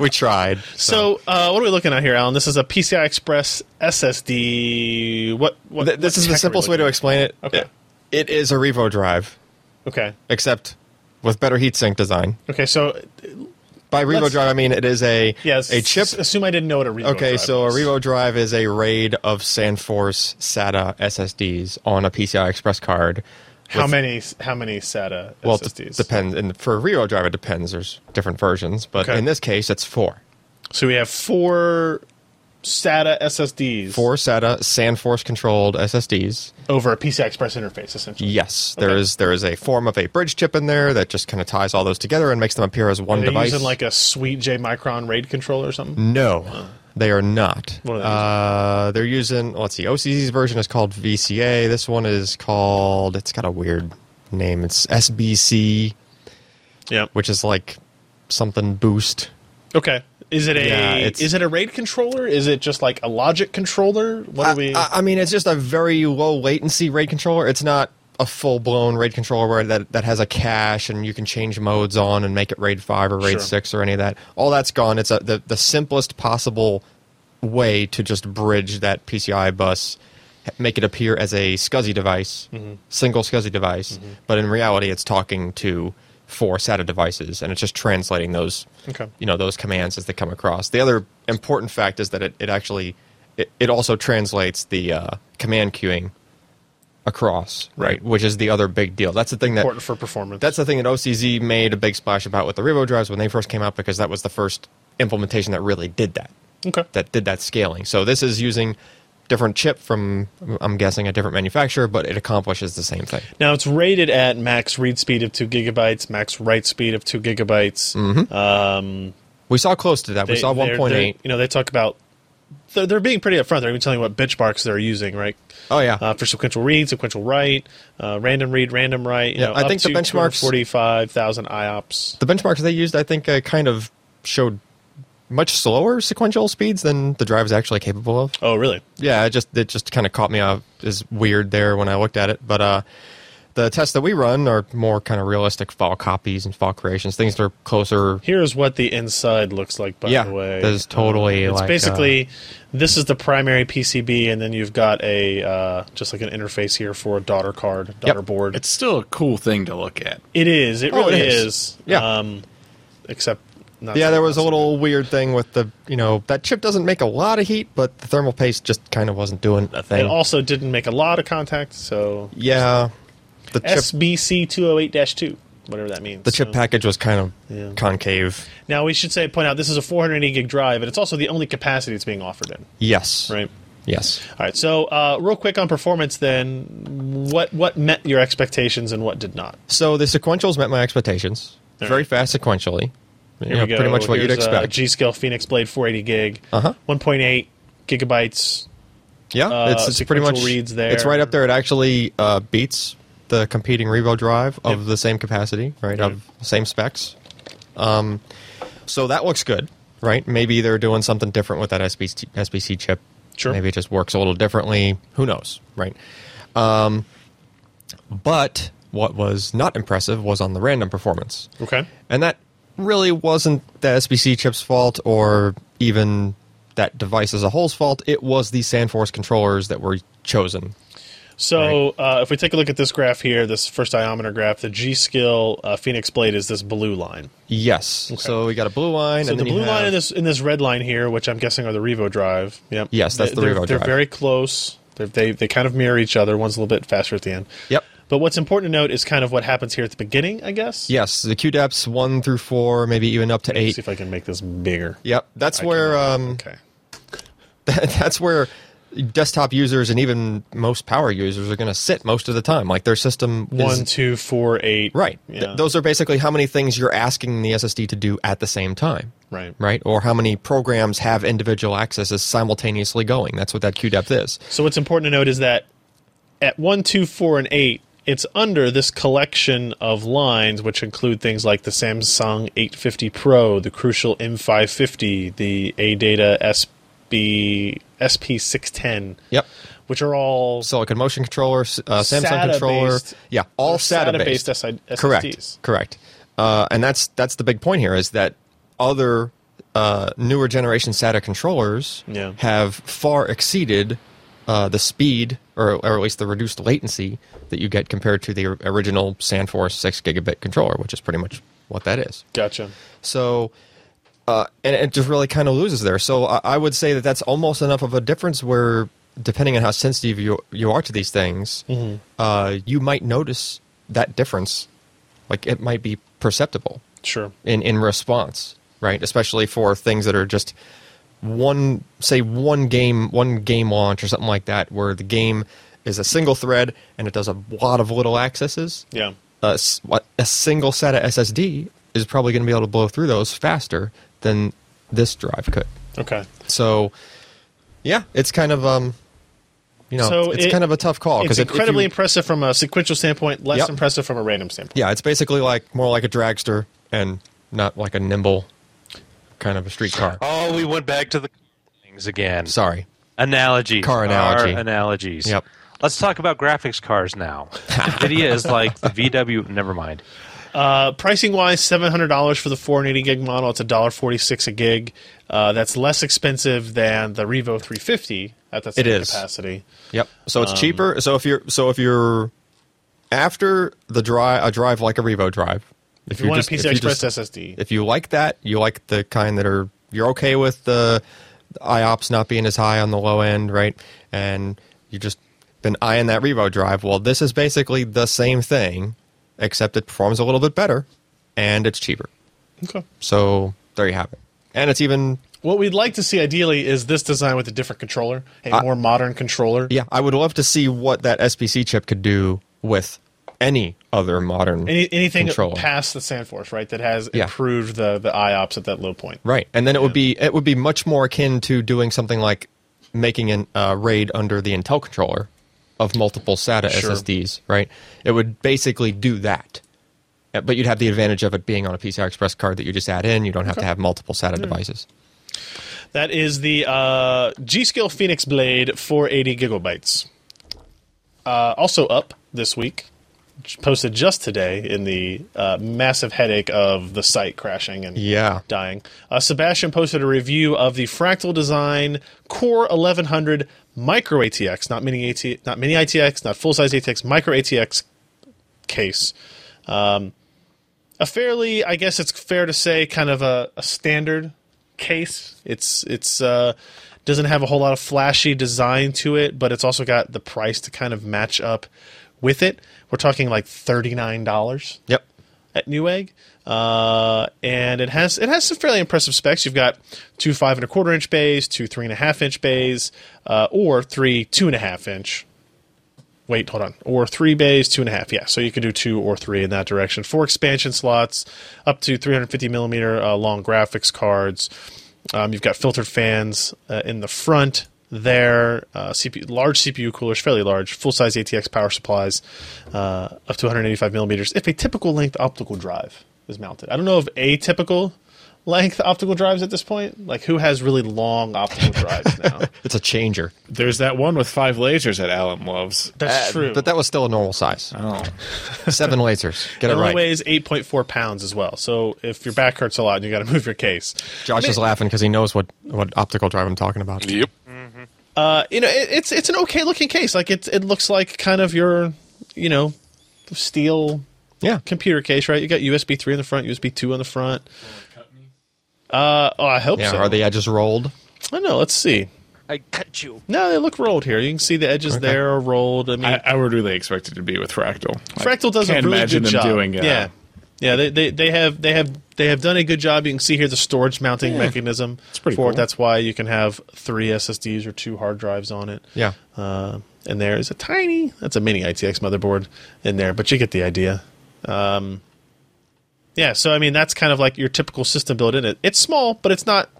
Speaker 4: we tried.
Speaker 1: so, uh, what are we looking at here, Alan? This is a PCI Express SSD. What? what
Speaker 4: Th- this
Speaker 1: what
Speaker 4: is
Speaker 1: tech
Speaker 4: the
Speaker 1: are
Speaker 4: simplest
Speaker 1: we
Speaker 4: way to
Speaker 1: looking
Speaker 4: explain it.
Speaker 1: Okay.
Speaker 4: It- It is a Revo drive,
Speaker 1: at? Okay.
Speaker 4: except with better heatsink design.
Speaker 1: Okay. So,
Speaker 4: By Revo
Speaker 1: Let's-
Speaker 4: drive, I mean it is a
Speaker 1: yes,
Speaker 4: a chip.
Speaker 1: s- Assume I didn't know what a Revo.
Speaker 4: Okay,
Speaker 1: drive
Speaker 4: so a
Speaker 1: was.
Speaker 4: Revo drive is a raid of SandForce SATA SSDs on a PCI Express card.
Speaker 1: How
Speaker 4: with-
Speaker 1: many? How many SATA
Speaker 4: Well, it d-
Speaker 1: SSDs?
Speaker 4: depends. And for a Revo drive, it depends. There's different versions, but
Speaker 1: Okay.
Speaker 4: in this case, it's four.
Speaker 1: So we have four SATA SSDs
Speaker 4: Four SATA SandForce controlled SSDs.
Speaker 1: over a PCI Express interface, essentially.
Speaker 4: Yes, there is there is a form of a bridge chip in there that just kind of ties all those together and makes them appear as one
Speaker 1: Are they
Speaker 4: device.
Speaker 1: using like a sweet J Micron RAID controller or something?
Speaker 4: no, they are not.
Speaker 1: What are they
Speaker 4: uh, they're using let's see, OCZ's version is called VCA. This one is called it's got a weird name. It's SBC,
Speaker 1: Yeah.
Speaker 4: which is like something boost.
Speaker 1: Okay. Is it a
Speaker 4: Mm. Yeah, it's-
Speaker 1: is it a RAID controller? Is it just like a logic controller? What are we?
Speaker 4: I, I mean, it's just a very low latency RAID controller. It's not a full blown RAID controller where that, that has a cache and you can change modes on and make it RAID 5 or RAID
Speaker 1: Sure.
Speaker 4: 6 or any of that. All that's gone. It's a, the, the simplest possible way to just bridge that PCI bus, h- make it appear as a SCSI device,
Speaker 1: Mm-hmm.
Speaker 4: single SCSI device, but in reality, it's talking to four SATA devices and it's just translating those
Speaker 1: Okay.
Speaker 4: you know those commands as they come across. The other important fact is that it, it actually it, it also translates the uh, command queuing across, right.
Speaker 1: Right.
Speaker 4: Which is the other big deal. That's the thing that
Speaker 1: Important for performance.
Speaker 4: that's the thing that OCZ made a big splash about with the Revo drives when they first came out because that was the first implementation that really did that
Speaker 1: okay.
Speaker 4: that did that scaling. So this is using different chip from I'm guessing a different manufacturer, but it accomplishes the same thing.
Speaker 1: Now it's rated at max read speed of two gigabytes, max write speed of two gigabytes.
Speaker 4: Mm-hmm.
Speaker 1: Um,
Speaker 4: We saw close to that. we
Speaker 1: they-
Speaker 4: saw
Speaker 1: they're- they're-
Speaker 4: 1.8.
Speaker 1: You know, they talk about they're, they're being pretty upfront. They're even telling you what benchmarks they're using, right?
Speaker 4: Oh yeah.
Speaker 1: Uh, for sequential read, sequential write, uh, random read, random write. You
Speaker 4: Yeah,
Speaker 1: know,
Speaker 4: I think the benchmarks-
Speaker 1: forty-five thousand IOPS.
Speaker 4: the benchmarks they used, I think, uh, kind of showed much slower sequential speeds than the drive is actually capable of.
Speaker 1: Oh, really?
Speaker 4: Yeah, it just it just kind of caught me off as weird there when I looked at it. But uh, the tests that we run are more kind of realistic file copies and file creations, things that are closer.
Speaker 1: Here's what the inside looks like. By
Speaker 4: yeah,
Speaker 1: the way, um,
Speaker 4: that is totally.
Speaker 1: It's
Speaker 4: like, uh,
Speaker 1: basically this is the primary PCB, and then you've got a uh, just like an interface here for a daughter card, daughter board.
Speaker 5: It's still a cool thing to look at.
Speaker 1: It is. It
Speaker 4: Oh,
Speaker 1: really
Speaker 4: it
Speaker 1: is.
Speaker 4: is. Yeah.
Speaker 1: Um, except. Not
Speaker 4: yeah, there was a
Speaker 1: not-
Speaker 4: little weird thing with the you know that chip doesn't make a lot of heat, but the thermal paste just kind of wasn't doing a
Speaker 1: It
Speaker 4: thing.
Speaker 1: also didn't make a lot of contact, so
Speaker 4: yeah, the chip
Speaker 1: SBC two hundred eight two, whatever that means.
Speaker 4: the chip
Speaker 1: So-
Speaker 4: package was kind of
Speaker 1: Yeah.
Speaker 4: concave.
Speaker 1: Now we should say point out this is a four hundred eighty gig drive, and it's also the only capacity it's being offered in.
Speaker 4: Yes.
Speaker 1: Right.
Speaker 4: Yes.
Speaker 1: All right. So uh, real quick on performance, then what what met your expectations and what did not?
Speaker 4: So the sequentials met my expectations.
Speaker 1: All
Speaker 4: Very
Speaker 1: right.
Speaker 4: fast sequentially. You
Speaker 1: Here
Speaker 4: know,
Speaker 1: we go.
Speaker 4: Pretty much what you'd
Speaker 1: Here's, uh,
Speaker 4: expect.
Speaker 1: G-Scale Phoenix Blade four eighty gig,
Speaker 4: Uh-huh.
Speaker 1: one point eight gigabytes.
Speaker 4: yeah,
Speaker 1: uh,
Speaker 4: it's, it's pretty
Speaker 1: sequential
Speaker 4: much
Speaker 1: reads there.
Speaker 4: It's right up there. It actually uh, beats the competing Revo drive of
Speaker 1: Yep.
Speaker 4: the same capacity, right?
Speaker 1: Yep.
Speaker 4: Of same specs. Um, so that looks good, right? Maybe they're doing something different with that SBC, SBC chip.
Speaker 1: Sure.
Speaker 4: Maybe it just works a little differently. Who knows, right? Um, but what was not impressive was on the random performance.
Speaker 1: Okay.
Speaker 4: And that really wasn't the SBC chip's fault or even that device as a whole's fault. It was the SandForce controllers that were chosen.
Speaker 1: So uh, if we take a look at this graph here, this first iometer graph, the G Skill uh, Phoenix Blade is this blue line.
Speaker 4: Yes. So we got a blue line.
Speaker 1: So
Speaker 4: and
Speaker 1: the
Speaker 4: then you
Speaker 1: blue line
Speaker 4: have-
Speaker 1: in this in this red line here, which I'm guessing are the Revo drive. Yep.
Speaker 4: Yes, that's the
Speaker 1: They're-
Speaker 4: Revo
Speaker 1: They're
Speaker 4: drive.
Speaker 1: very close. They're, they they kind of mirror each other. One's a little bit faster at the end.
Speaker 4: Yep.
Speaker 1: But what's important to note is kind of what happens here at the beginning, I guess.
Speaker 4: Yes, the Q depths one through four, maybe even up to
Speaker 1: Let me
Speaker 4: eight.
Speaker 1: see if I can make this bigger.
Speaker 4: Yep, that's
Speaker 1: I
Speaker 4: where
Speaker 1: cannot.
Speaker 4: um,
Speaker 1: Okay.
Speaker 4: that's where desktop users and even most power users are going to sit most of the time. Like their system is-
Speaker 1: One, two, four, eight.
Speaker 4: Right. Th-
Speaker 1: Yeah.
Speaker 4: those are basically how many things you're asking the SSD to do at the same time.
Speaker 1: Right.
Speaker 4: Right. Or how many programs have individual accesses simultaneously going. That's what that queue depth is.
Speaker 1: So what's important to note is that at one, two, four, and eight, it's under this collection of lines, which include things like the Samsung 850 Pro, the Crucial M550, the ADATA SB SP610,
Speaker 4: Yep.
Speaker 1: which are all
Speaker 4: Silicon Motion controller, s- uh, Samsung
Speaker 1: SATA
Speaker 4: controller.
Speaker 1: based-
Speaker 4: yeah. All
Speaker 1: they're
Speaker 4: SATA,
Speaker 1: SATA-based
Speaker 4: based.
Speaker 1: SI SSDs.
Speaker 4: Correct. Correct. Uh, and that's that's the big point here is that other uh, newer generation SATA controllers
Speaker 1: Yeah.
Speaker 4: have far exceeded uh, the speed or, or at least the reduced latency that you get compared to the or- original SanForce six gigabit controller, which is pretty much what that is.
Speaker 1: Gotcha.
Speaker 4: So, uh, and it just really kind of loses there. So I, I would say that that's almost enough of a difference where, depending on how sensitive you you are to these things, uh, you might notice that difference. Like it might be perceptible
Speaker 1: Sure.
Speaker 4: in in response, right? Especially for things that are just one say one game one game launch or something like that, where the game is a single thread and it does a lot of little accesses
Speaker 1: Yeah.
Speaker 4: a, s- what- a single SATA SSD is probably going to be able to blow through those faster than this drive could.
Speaker 1: Okay.
Speaker 4: So, yeah, it's kind of um, you know,
Speaker 1: So
Speaker 4: it's
Speaker 1: it-
Speaker 4: kind of a tough call
Speaker 1: It's
Speaker 4: because
Speaker 1: incredibly impressive from a sequential standpoint, less
Speaker 4: Yep.
Speaker 1: impressive from a random standpoint.
Speaker 4: yeah, it's basically like more like a dragster and not like a nimble kind of a street car.
Speaker 3: Oh, we went back to the things again.
Speaker 4: Sorry,
Speaker 3: Analogies.
Speaker 4: Car
Speaker 3: Our
Speaker 4: analogy.
Speaker 3: analogies.
Speaker 4: Yep.
Speaker 3: Let's talk about graphics cards now. NVIDIA is like the VW. Never mind.
Speaker 1: Uh, pricing wise, seven hundred dollars for the four hundred eighty gig model. It's a dollar forty six a gig. Uh, that's less expensive than the Revo three fifty at that same
Speaker 4: is.
Speaker 1: capacity.
Speaker 4: Yep. So
Speaker 1: Um,
Speaker 4: it's cheaper. So if you're so if you're after the drive a drive like a Revo drive,
Speaker 1: If you, want
Speaker 4: just-
Speaker 1: a PCI
Speaker 4: you
Speaker 1: Express
Speaker 4: just-
Speaker 1: SSD,
Speaker 4: if you like that, you like the kind that are you're okay with the IOPS not being as high on the low end, right? And you just been eyeing that Revo drive. Well, this is basically the same thing, except it performs a little bit better and it's cheaper.
Speaker 1: okay.
Speaker 4: So there you have it. And it's even
Speaker 1: What we'd like to see ideally is this design with a different controller, a
Speaker 4: I-
Speaker 1: more modern controller.
Speaker 4: Uh, yeah, I would love to see what that SPC chip could do with any other modern
Speaker 1: Any, anything
Speaker 4: controller.
Speaker 1: past the Sandforce, right? That has
Speaker 4: Yeah.
Speaker 1: improved the the IOPS at that low point.
Speaker 4: Right, and then it would be it would be much more akin to doing something like making an uh, raid under the Intel controller of multiple SATA
Speaker 1: Sure.
Speaker 4: SSDs. Right, it would basically do that, Uh, but you'd have the advantage of it being on a PCI Express card that you just add in. You don't have to have multiple SATA devices.
Speaker 1: That is the uh, G Scale Phoenix Blade 480 gigabytes. Uh, also up this week, j- posted just today in the uh, massive headache of the site crashing and
Speaker 4: Yeah.
Speaker 1: dying. Uh, Sebastian posted a review of the Fractal Design Core 1100 Micro ATX, not mini AT, not mini ITX, not full size ATX, micro ATX case. Um, a fairly, I guess it's fair to say, kind of a, a standard case. It's it's uh, doesn't have a whole lot of flashy design to it, but it's also got the price to kind of match up with it. We're talking like thirty nine dollars
Speaker 4: Yep.
Speaker 1: at Newegg, uh, and it has it has some fairly impressive specs. You've got two five and a quarter inch bays, two three and a half inch bays, uh, or three two and a half inch. Wait, hold on. Or three bays, two and a half. Yeah, so you can do two or three in that direction. Four expansion slots, up to 350 millimeter uh, long graphics cards. Um, you've got filtered fans uh, in the front there, uh, CPU, large CPU coolers, fairly large, full size ATX power supplies uh, up to 185 millimeters if a typical length optical drive is mounted. I don't know of atypical length optical drives at this point. Like, who has really long optical drives now?
Speaker 4: It's a changer.
Speaker 5: There's that one with five lasers that Alan loves.
Speaker 1: That's
Speaker 4: Uh,
Speaker 1: true.
Speaker 4: But that was still a normal size.
Speaker 5: Oh,
Speaker 4: Seven lasers. Get it
Speaker 1: It only
Speaker 4: right.
Speaker 1: weighs 8.4 pounds as well. So if your back hurts a lot and you got to move your case,
Speaker 4: Josh is laughing because he knows what, what optical drive I'm talking about.
Speaker 2: Yep.
Speaker 1: uh, you know, it, it's it's an okay looking case. Like it it looks like kind of your, you know, steel
Speaker 4: Yeah.
Speaker 1: computer case, right? You got USB three in the front, USB two on the front. Uh, oh, I hope
Speaker 4: Yeah.
Speaker 1: so.
Speaker 4: Are the edges rolled?
Speaker 1: I don't know. Let's see.
Speaker 3: I cut you.
Speaker 1: No, they look rolled here. You can see the edges there are rolled. I mean,
Speaker 5: I, I would really expect it to be with Fractal.
Speaker 1: Fractal does
Speaker 5: not
Speaker 1: a really
Speaker 5: imagine
Speaker 1: good
Speaker 5: them
Speaker 1: job.
Speaker 5: doing. Uh,
Speaker 1: yeah, yeah. They, they they have they have they have done a good job. You can see here the storage mounting mechanism for
Speaker 5: pretty
Speaker 1: it.
Speaker 5: cool.
Speaker 1: That's why you can have three SSDs or two hard drives on it.
Speaker 4: Yeah.
Speaker 1: Uh, and there is a tiny that's a mini ITX motherboard in there, but you get the idea. Um, yeah. So I mean, that's kind of like your typical system build in it. It's small, but it's not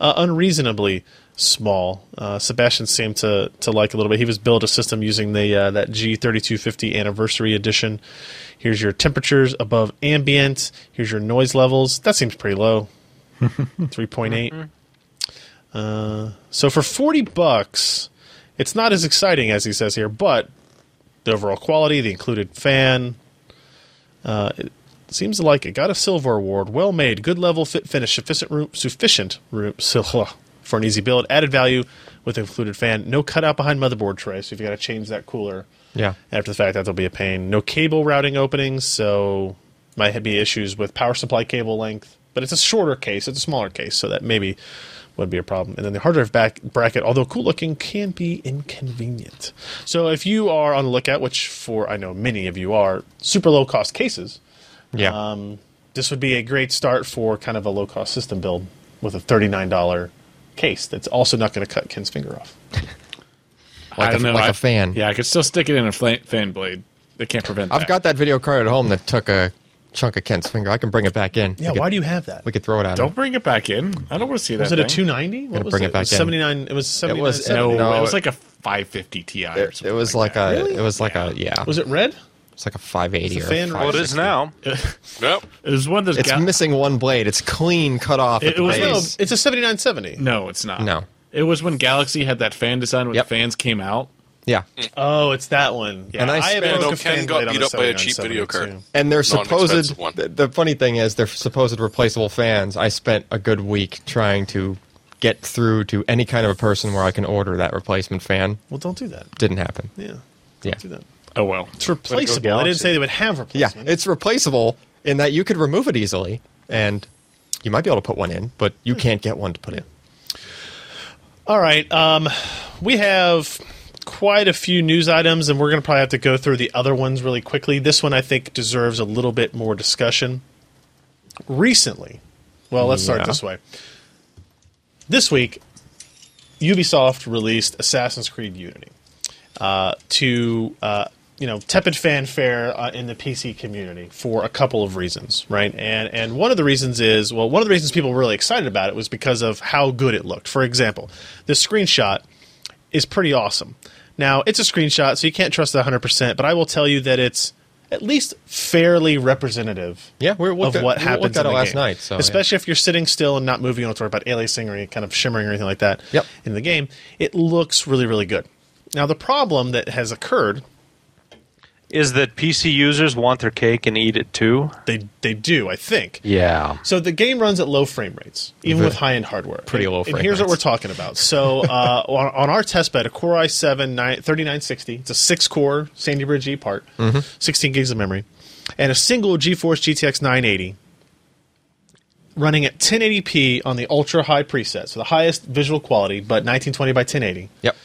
Speaker 1: uh, unreasonably small. Uh, Sebastian seemed to to like a little bit. He was built a system using the uh, that G3250 anniversary edition. Here's your temperatures above ambient. Here's your noise levels. That seems pretty low. 3.8. Uh, so for 40 bucks, it's not as exciting as he says here, but the overall quality, the included fan, uh, Seems to like it. Got a silver award. Well made. Good level. Fit finish. Sufficient room. Sufficient room. sil- For an easy build. Added value with included fan. No cutout behind motherboard tray. So if you got to change that cooler
Speaker 4: Yeah.
Speaker 1: after the fact, that'll be a pain. No cable routing openings. So might be issues with power supply cable length. But it's a shorter case. It's a smaller case. So that maybe would be a problem. And then the hard drive back bracket, although cool looking, can be inconvenient. So if you are on the lookout, which for I know many of you are, super low cost cases
Speaker 4: Yeah.
Speaker 1: this would be a great start for kind of a low cost system build with a $39 case that's also not going to cut Ken's finger off.
Speaker 5: I
Speaker 4: Like a-
Speaker 5: don't know.
Speaker 4: like
Speaker 5: I-
Speaker 4: a fan.
Speaker 5: Yeah, I could still stick it in a flan- fan blade. They can't prevent.
Speaker 4: I've
Speaker 5: that.
Speaker 4: got that video card at home that took a chunk of Kent's finger. I can bring it back in.
Speaker 1: Yeah,
Speaker 4: we could,
Speaker 1: why do you have that?
Speaker 4: we could throw it out?
Speaker 5: Don't bring it back in. I don't want to see that.
Speaker 1: was it a
Speaker 5: thing.
Speaker 1: 290? What was
Speaker 4: bring
Speaker 1: it?
Speaker 4: it back
Speaker 1: was
Speaker 4: in.
Speaker 1: 79. It was 79.
Speaker 4: was-
Speaker 5: No,
Speaker 4: No,
Speaker 5: it
Speaker 4: Oh,
Speaker 5: was
Speaker 4: it-
Speaker 5: like a 550 Ti. Or
Speaker 4: It,
Speaker 5: something
Speaker 4: it was like,
Speaker 5: that.
Speaker 4: a. It was like a. Yeah.
Speaker 1: Was it red?
Speaker 4: it's like a 580
Speaker 1: It's a
Speaker 4: or.
Speaker 1: fan
Speaker 4: a
Speaker 3: Well, it is now.
Speaker 2: Yep.
Speaker 5: It was one that's
Speaker 4: It's
Speaker 5: got.
Speaker 4: missing one blade. It's clean cut off. at
Speaker 5: It
Speaker 4: the
Speaker 5: was-
Speaker 1: No,
Speaker 4: base.
Speaker 1: it's a 7970.
Speaker 5: no, it's not.
Speaker 4: No.
Speaker 5: It was when Galaxy had that fan design when
Speaker 4: Yep.
Speaker 5: the fans came out.
Speaker 4: Yeah,
Speaker 1: Oh, it's that one. Yeah,
Speaker 4: And I
Speaker 1: have
Speaker 4: spent-
Speaker 1: both
Speaker 4: No,
Speaker 1: a
Speaker 2: Ken
Speaker 1: fan
Speaker 2: got
Speaker 1: blade on
Speaker 2: beat
Speaker 1: the
Speaker 2: up by a
Speaker 1: Celeron
Speaker 2: cheap
Speaker 1: 7
Speaker 2: video
Speaker 1: too.
Speaker 2: card.
Speaker 4: and their supposed.
Speaker 2: Non-expensive one.
Speaker 4: The, the funny thing is, their supposed replaceable fans. I spent a good week trying to get through to any kind of a person where I can order that replacement fan.
Speaker 1: Well, don't do that.
Speaker 4: Didn't happen.
Speaker 1: Yeah, don't
Speaker 4: Yeah,
Speaker 1: do that.
Speaker 5: Oh well.
Speaker 1: It's replaceable. I didn't
Speaker 6: Galaxy.
Speaker 1: say they would have
Speaker 4: yeah,
Speaker 1: replacement.
Speaker 4: it's replaceable in that you could remove it easily, and you might be able to put one in, but you can't get one to put in.
Speaker 1: All right. Um, we have quite a few news items, and we're going to probably have to go through the other ones really quickly. This one, I think, deserves a little bit more discussion. Recently, well, let's start
Speaker 4: Yeah.
Speaker 1: this way. This week, Ubisoft released Assassin's Creed Unity uh, to uh, you know tepid fanfare uh, in the PC community for a couple of reasons, right? And and one of the reasons is well, one of the reasons people were really excited about it was because of how good it looked. For example, this screenshot is pretty awesome. Now it's a screenshot, so you can't trust it 100, percent but I will tell you that it's at least fairly representative
Speaker 4: Yeah, we looked
Speaker 1: of
Speaker 4: at-
Speaker 1: what
Speaker 4: we
Speaker 1: happened
Speaker 4: looked at
Speaker 1: in
Speaker 4: it
Speaker 1: the
Speaker 4: last
Speaker 1: game.
Speaker 4: night, so, yeah.
Speaker 1: especially if you're sitting still and not moving. You don't have to worry about aliasing or any kind of shimmering or anything like that
Speaker 4: Yep.
Speaker 1: in the game. It looks really, really good. Now the problem that has occurred,
Speaker 3: Is that PC users want their cake and eat it too?
Speaker 1: they they do, I think.
Speaker 3: Yeah.
Speaker 1: So the game runs at low frame rates, even with high end hardware.
Speaker 4: Pretty low
Speaker 1: And-
Speaker 4: frame
Speaker 1: And here's what
Speaker 4: rates.
Speaker 1: we're talking about. So uh, on, on our test bed, a Core i7 9, 3960, it's a six core Sandy Bridge E part,
Speaker 4: Mm-hmm.
Speaker 1: 16 gigs of memory, and a single GeForce GTX 980 running at 1080p on the ultra high preset, so the highest visual quality, but 1920 by 1080.
Speaker 4: Yep,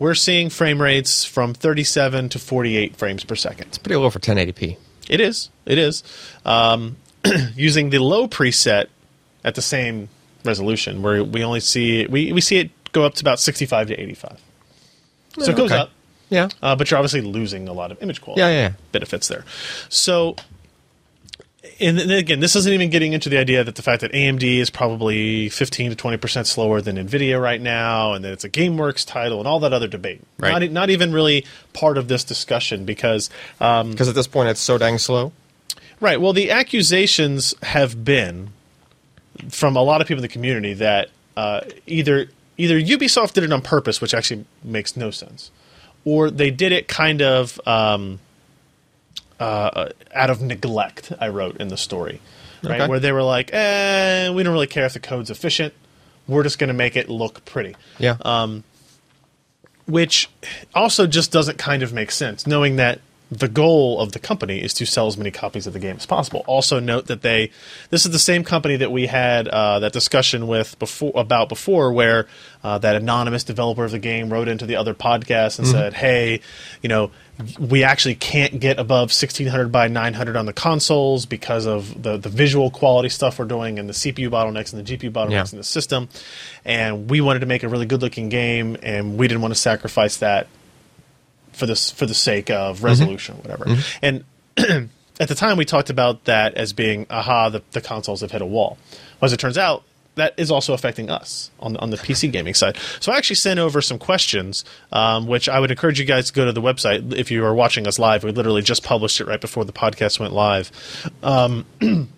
Speaker 1: We're seeing frame rates from 37 to 48 frames per second.
Speaker 4: pretty low for 1080p.
Speaker 1: It is. It is. Um, using the low preset at the same resolution, where we only see we, we see it go up to about sixty five to eighty five. So it goes
Speaker 4: Okay.
Speaker 1: up,
Speaker 4: Yeah,
Speaker 1: uh, but you're obviously losing a lot of image quality.
Speaker 4: Yeah, yeah, yeah.
Speaker 1: benefits there. So. And then again, this isn't even getting into the idea that the fact that AMD is probably 15 to 20% slower than NVIDIA right now, and that it's a GameWorks title, and all that other debate.
Speaker 4: Right.
Speaker 1: Not, e- not even really part of this discussion because
Speaker 4: because at this point it's so dang slow.
Speaker 1: Right. Well, the accusations have been from a lot of people in the community that uh, either either Ubisoft did it on purpose, which actually makes no sense, or they did it kind of um, uh, out of neglect. I wrote in the story, right,
Speaker 4: Okay.
Speaker 1: where they were like, "Eh, we don't really care if the code's efficient. We're just going to make it look pretty."
Speaker 4: Yeah,
Speaker 1: which also just doesn't kind of make sense, knowing that the goal of the company is to sell as many copies of the game as possible. Also, note that they this is the same company that we had uh, that discussion with before about before, where uh, that anonymous developer of the game wrote into the other podcast and said, "Hey, you know." We actually can't get above 1600 by 900 on the consoles because of the, the visual quality stuff we're doing and the CPU bottlenecks and the GPU bottlenecks
Speaker 4: Yeah.
Speaker 1: and the system, and we wanted to make a really good looking game, and we didn't want to sacrifice that for this for the sake of resolution or whatever. And at the time, we talked about that as being, aha, the, the consoles have hit a wall. Well, as it turns out, that is also affecting us on on the PC gaming side. So I actually sent over some questions, um, which I would encourage you guys to go to the website if you are watching us live. We literally just published it right before the podcast went live, um,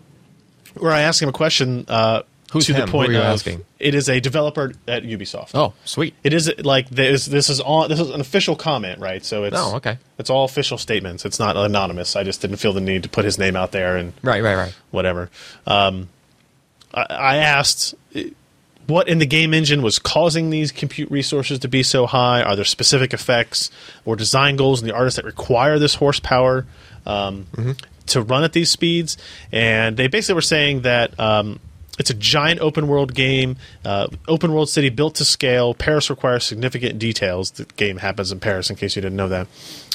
Speaker 1: where I asked him a question. Uh,
Speaker 4: Who's
Speaker 1: to
Speaker 4: him?
Speaker 1: the
Speaker 4: Who
Speaker 1: point
Speaker 4: are you
Speaker 1: of
Speaker 4: asking?
Speaker 1: it is a developer at Ubisoft.
Speaker 4: oh sweet.
Speaker 1: It is like this. This is all. This is an official comment, right? So it's
Speaker 4: Oh, okay.
Speaker 1: It's all official statements. It's not anonymous. I just didn't feel the need to put his name out there and
Speaker 4: Right, right, right.
Speaker 1: whatever. Um, I, I asked eh, what in the game engine was causing these compute resources to be so high. Are there specific effects or design goals in the artists that require this horsepower um, to run at these speeds? And they basically were saying that. Um, it's a giant open world game, uh, open world city built to scale. Paris requires significant details. The game happens in Paris, in case you didn't know that.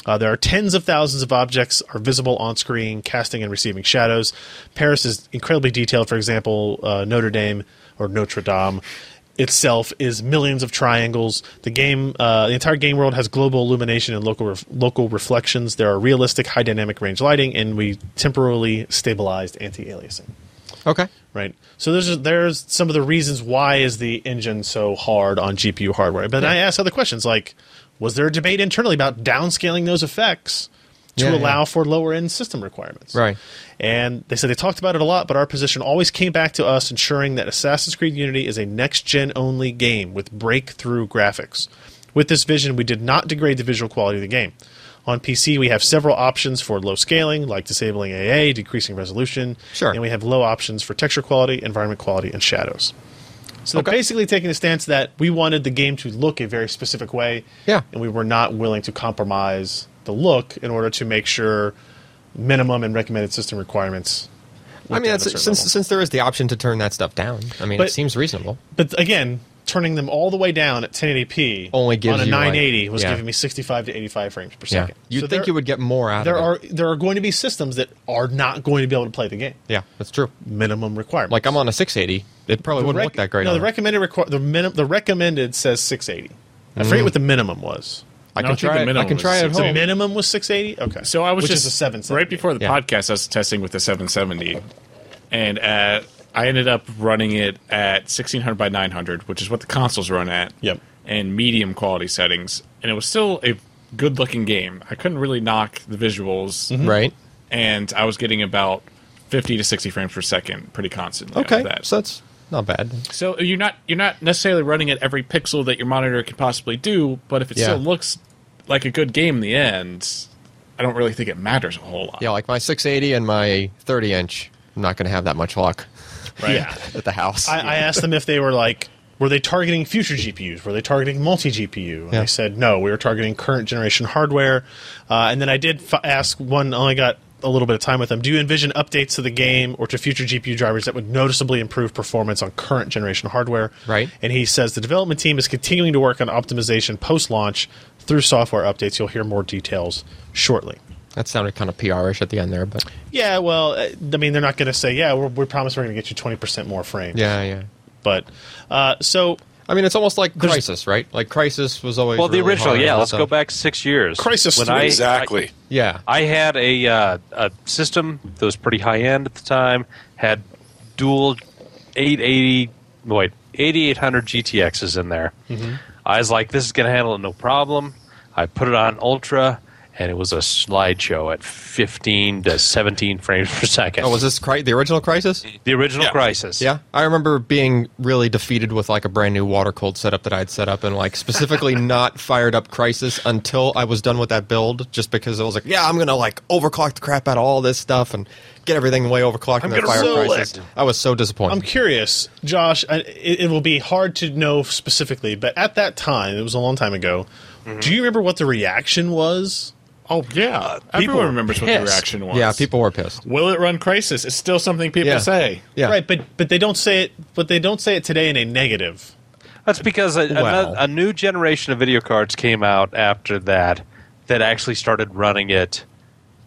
Speaker 1: Uh, there are tens of thousands of objects are visible on screen, casting and receiving shadows. Paris is incredibly detailed. For example, uh, Notre Dame or Notre Dame itself is millions of triangles. The game, uh, the entire game world has global illumination and local ref- local reflections. There are realistic, high dynamic range lighting, and we temporarily stabilized anti-aliasing
Speaker 4: Okay.
Speaker 1: right? So there's there's some of the reasons why is the engine so hard on GPU hardware. But then I asked other questions like, was there a debate internally about downscaling those effects to
Speaker 4: Yeah, yeah.
Speaker 1: allow for lower end system requirements?
Speaker 4: Right.
Speaker 1: And they said they talked about it a lot, but our position always came back to us ensuring that Assassin's Creed Unity is a next gen only game with breakthrough graphics. With this vision, we did not degrade the visual quality of the game. On PC, we have several options for low scaling, like disabling AA, decreasing resolution.
Speaker 4: Sure.
Speaker 1: And we have low options for texture quality, environment quality, and shadows. So they're
Speaker 4: Okay.
Speaker 1: basically taking a stance that we wanted the game to look a very specific way.
Speaker 4: Yeah.
Speaker 1: And we were not willing to compromise the look in order to make sure minimum and recommended system requirements.
Speaker 4: I
Speaker 1: looked
Speaker 4: mean,
Speaker 1: at a
Speaker 4: that's,
Speaker 1: certain
Speaker 4: since
Speaker 1: level.
Speaker 4: since there is the option to turn that stuff down, I mean, it
Speaker 1: But-
Speaker 4: seems reasonable.
Speaker 1: But again, turning them all the way down at 1080p
Speaker 4: Only gives
Speaker 1: on a
Speaker 4: you, like-
Speaker 1: 980 was
Speaker 4: yeah.
Speaker 1: giving me 65 to 85 frames per
Speaker 4: Yeah,
Speaker 1: second.
Speaker 4: you'd
Speaker 1: So
Speaker 4: think
Speaker 1: there-
Speaker 4: you would get more out
Speaker 1: There
Speaker 4: of it.
Speaker 1: are there are going to be systems that are not going to be able to play the game.
Speaker 4: yeah, that's true.
Speaker 1: Minimum requirement.
Speaker 4: Like I'm on a 680, it probably wouldn't look that great.
Speaker 1: No,
Speaker 4: on
Speaker 1: the
Speaker 4: it.
Speaker 1: recommended requ- the minim- the recommended says 680. I
Speaker 4: Mm-hmm.
Speaker 1: forget what the minimum was.
Speaker 4: I
Speaker 5: No,
Speaker 4: can
Speaker 5: I think the
Speaker 4: try. It, I
Speaker 5: minimum
Speaker 4: can
Speaker 5: was
Speaker 4: try it at
Speaker 5: 680.
Speaker 4: home.
Speaker 5: The
Speaker 1: Minimum was 680. Okay,
Speaker 5: Oh. So I was
Speaker 1: Which
Speaker 5: just
Speaker 1: is a 770.
Speaker 5: right before the
Speaker 4: Yeah.
Speaker 5: podcast. I was testing with the 770, and uh, I ended up running it at 1600 by 900, which is what the consoles run at.
Speaker 1: Yep.
Speaker 5: And medium quality settings, and it was still a good looking game. I couldn't really knock the visuals,
Speaker 4: Right.
Speaker 5: and I was getting about 50 to 60 frames per second pretty constantly. out
Speaker 4: Okay.
Speaker 5: of that.
Speaker 4: So that's not bad.
Speaker 5: So you're not you're not necessarily running at every pixel that your monitor could possibly do, but if it
Speaker 4: Yeah.
Speaker 5: still looks like a good game in the end, I don't really think it matters a whole lot.
Speaker 4: Yeah, like my 680 and my 30 inch. I'm not going to have that much luck
Speaker 5: Right?
Speaker 4: at the house.
Speaker 1: I, I asked them if they were like, were they targeting future GPUs? Were they targeting multi GPU? And
Speaker 4: Yeah.
Speaker 1: they said no. We were targeting current generation hardware. Uh, and then I did f- ask one. I only got a little bit of time with them. Do you envision updates to the game or to future GPU drivers that would noticeably improve performance on current generation hardware?
Speaker 4: Right.
Speaker 1: And he says the development team is continuing to work on optimization post launch through software updates. You'll hear more details shortly.
Speaker 4: that sounded kind of PR-ish at the end there, but
Speaker 1: Yeah, well, uh, I mean, they're not going to say, yeah, we're, we promise we're going to get you 20% more frames.
Speaker 4: yeah, yeah.
Speaker 1: But uh, so
Speaker 4: I mean, it's almost like
Speaker 1: There's-
Speaker 4: Crisis, right? Like Crisis was always
Speaker 3: Well, the
Speaker 4: really
Speaker 3: original,
Speaker 4: hard
Speaker 3: yeah.
Speaker 4: and
Speaker 3: Let's
Speaker 4: stuff.
Speaker 3: go back six years.
Speaker 1: Crisis
Speaker 3: When
Speaker 1: three.
Speaker 3: I-
Speaker 2: exactly.
Speaker 4: Yeah,
Speaker 3: I had a uh, a system that was pretty high end at the time. Had dual 880, wait, 8800 GTXs in there.
Speaker 4: Mm-hmm.
Speaker 3: I was like, this is going to handle it no problem. I put it on ultra, and it was a slideshow at 15 to 17 frames per second.
Speaker 4: Oh, was this cri- the original Crisis?
Speaker 3: the original
Speaker 2: Yeah.
Speaker 3: Crisis?
Speaker 4: Yeah, I remember being really defeated with like a brand new water cold setup that I'd set up, and like specifically not fired up Crisis until I was done with that build, just because it was like, yeah, I'm gonna like overclock the crap out of all this stuff and get everything way overclocked and then
Speaker 1: gonna
Speaker 4: fire up
Speaker 1: roll
Speaker 4: Crisis.
Speaker 1: it.
Speaker 4: I was so disappointed.
Speaker 1: I'm curious, Josh. I, it, it will be hard to know specifically, but at that time, it was a long time ago. Do you remember what the reaction was?
Speaker 5: Oh yeah.
Speaker 3: were
Speaker 5: Everyone remembers what the
Speaker 3: pissed.
Speaker 5: reaction was.
Speaker 4: yeah, people were pissed.
Speaker 5: Will it run Crisis? It's still something people
Speaker 4: Yeah.
Speaker 5: say.
Speaker 4: Yeah,
Speaker 1: Right, but but they don't say it. But they don't say it today in a negative.
Speaker 3: That's because a,
Speaker 4: Well.
Speaker 3: a, a new generation of video cards came out after that that actually started running it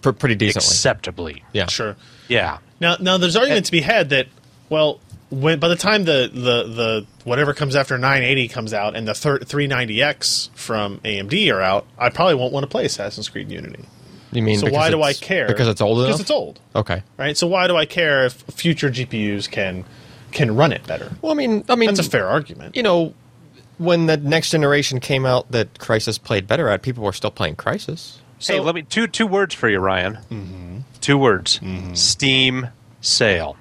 Speaker 4: Pr- pretty decently.
Speaker 3: acceptably.
Speaker 4: yeah,
Speaker 1: Sure.
Speaker 3: Yeah.
Speaker 1: Now now there's argument to be had that well when by the time the the, the whatever comes after 980 comes out and the thir- 390X from AMD are out, I probably won't want to play Assassin's Creed Unity.
Speaker 4: You mean
Speaker 1: So
Speaker 4: because
Speaker 1: why do I
Speaker 4: it's-
Speaker 1: care?
Speaker 4: Because it's old enough.
Speaker 1: Because it's old.
Speaker 4: Okay.
Speaker 1: Right. So why do I care if future GPUs can can run it better?
Speaker 4: Well, I mean, I mean,
Speaker 1: That's a fair argument.
Speaker 4: You know, when the next generation came out, that Crisis played better at. People were still playing Crisis.
Speaker 1: So-
Speaker 3: hey, let me two two words for you, Ryan. Mm-hmm. Two words:
Speaker 4: Mm-hmm.
Speaker 3: Steam sale.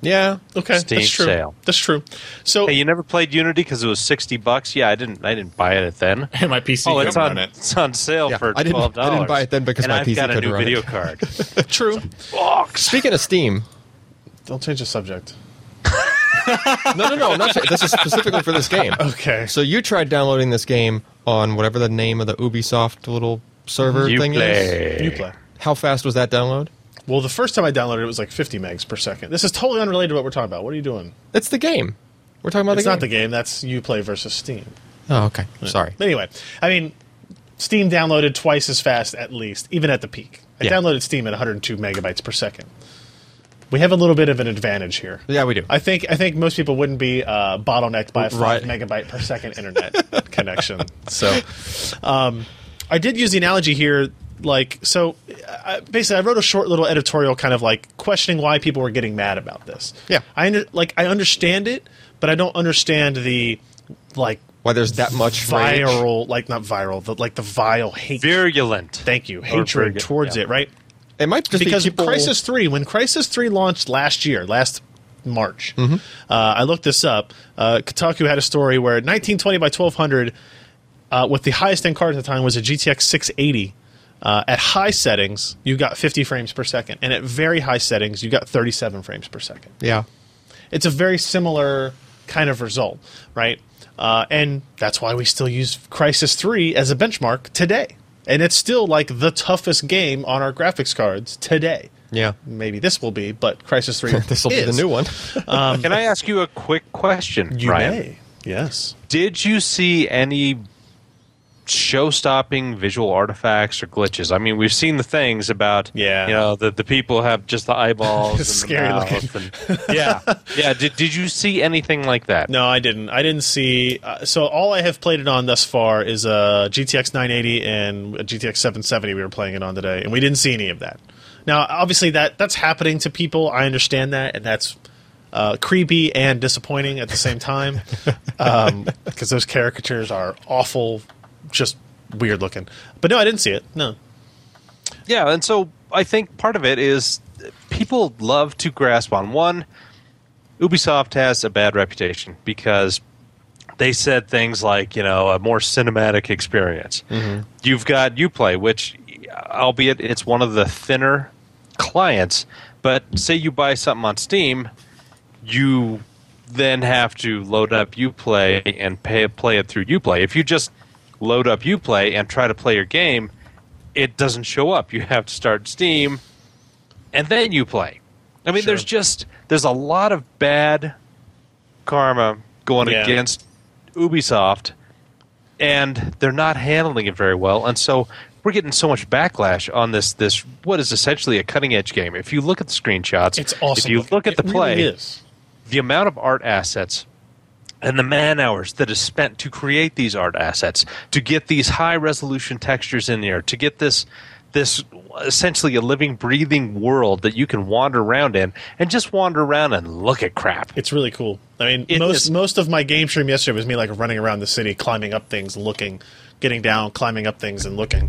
Speaker 4: Yeah.
Speaker 1: Okay,
Speaker 3: Steam
Speaker 1: that's true.
Speaker 3: sale.
Speaker 1: That's true. So
Speaker 3: Hey, you never played Unity because it was sixty bucks? Yeah, I didn't. I didn't buy it then.
Speaker 5: And my PC
Speaker 3: oh,
Speaker 5: couldn't
Speaker 3: it's on.
Speaker 5: run it.
Speaker 3: It's on sale
Speaker 4: Yeah,
Speaker 3: for
Speaker 4: I didn't- I
Speaker 3: twelve
Speaker 4: didn't
Speaker 3: dollars.
Speaker 4: buy it then because
Speaker 3: and
Speaker 4: my
Speaker 3: I've
Speaker 4: PC
Speaker 3: got a
Speaker 4: couldn't
Speaker 3: new
Speaker 4: run
Speaker 3: video
Speaker 4: it.
Speaker 3: card.
Speaker 1: true.
Speaker 3: Box.
Speaker 4: Speaking of Steam,
Speaker 1: Don't change the subject.
Speaker 4: no, no, no, not this is specifically for this game.
Speaker 1: Okay.
Speaker 4: So you tried downloading this game on whatever the name of the Ubisoft little server
Speaker 3: You
Speaker 4: thing is.
Speaker 3: play.
Speaker 1: you play.
Speaker 4: How fast was that download?
Speaker 1: Well, the first time I downloaded it, it was like 50 megs per second. This is totally unrelated to what we're talking about. What are you doing?
Speaker 4: It's the game. We're talking about
Speaker 1: It's
Speaker 4: the
Speaker 1: not the
Speaker 4: game.
Speaker 1: game. That's you play versus Steam.
Speaker 4: Oh, okay. Sorry.
Speaker 1: But anyway, I mean, Steam downloaded twice as fast, at least, even at the peak. I
Speaker 4: Yeah.
Speaker 1: downloaded Steam at 102 megabytes per second. We have a little bit of an advantage here.
Speaker 4: Yeah, we do.
Speaker 1: I think I think most people wouldn't be uh, bottlenecked by a five
Speaker 4: Right.
Speaker 1: megabyte per second internet connection. So, um, I did use the analogy here, like so. I, basically, I wrote a short little editorial, kind of like questioning why people were getting mad about this.
Speaker 4: Yeah.
Speaker 1: I under, like I understand it, but I don't understand the like
Speaker 4: Why there's that much rage.
Speaker 1: viral, like not viral, but like the vile hate.
Speaker 3: Virulent.
Speaker 1: thank you, hatred
Speaker 3: virgin,
Speaker 1: towards
Speaker 3: yeah.
Speaker 1: it, right?
Speaker 4: It might just
Speaker 1: because
Speaker 4: be people.
Speaker 1: Crisis Three, when Crisis Three launched last year, last March,
Speaker 4: Mm-hmm.
Speaker 1: uh, I looked this up. Uh, Kotaku had a story where 1920 by 1200 Uh, with the highest end card at the time was a GTX 680. Uh, at high settings, you got 50 frames per second, and at very high settings, you got 37 frames per second
Speaker 4: Yeah.
Speaker 1: it's a very similar kind of result, right? Uh, and that's why we still use Crisis 3 as a benchmark today. And it's still like the toughest game on our graphics cards today.
Speaker 4: Yeah.
Speaker 1: Maybe this will be, but Crisis 3
Speaker 4: This will be the
Speaker 1: is.
Speaker 4: new one.
Speaker 3: Um, Can I ask you a quick question,
Speaker 1: You
Speaker 3: Brian?
Speaker 1: may. Yes.
Speaker 3: Did you see any show-stopping visual artifacts or glitches? I mean, we've seen the things about
Speaker 1: Yeah.
Speaker 3: you know, that the people have just the eyeballs and
Speaker 1: It's
Speaker 3: the
Speaker 1: scary
Speaker 3: mouth and- yeah. Yeah, did did you see anything like that?
Speaker 1: No, I didn't. I didn't see. Uh, so all I have played it on thus far is uh, a GTX 980 and a GTX 770. We were playing it on today, and we didn't see any of that. Now, obviously, that that's happening to people. I understand that, and that's uh, creepy and disappointing at the same time because those caricatures are awful, just weird looking. But no, I didn't see it. No.
Speaker 3: Yeah, and so I think part of it is people love to grasp on one. Ubisoft has a bad reputation because they said things like, you know, a more cinematic experience. You've got Uplay, which, albeit it's one of the thinner clients, but say you buy something on Steam, you then have to load up Uplay and pay, play it through Uplay. If you just load up Uplay and try to play your game, it doesn't show up. You have to start Steam, and then you play. I mean, there's just there's a lot of bad karma going
Speaker 1: Yeah.
Speaker 3: against Ubisoft, and they're not handling it very well. And so we're getting so much backlash on this this what is essentially a cutting edge game. If you look at the screenshots,
Speaker 1: It's awesome.
Speaker 3: If you
Speaker 1: looking.
Speaker 3: look at
Speaker 1: It
Speaker 3: the play,
Speaker 1: really is.
Speaker 3: the amount of art assets and the man hours that is spent to create these art assets, to get these high resolution textures in there, to get this this essentially a living, breathing world that you can wander around in and just wander around and look at crap.
Speaker 1: It's really cool. I mean,
Speaker 3: It
Speaker 1: most
Speaker 3: is.
Speaker 1: most of my game stream yesterday was me like running around the city, climbing up things, looking, getting down, climbing up things, and looking.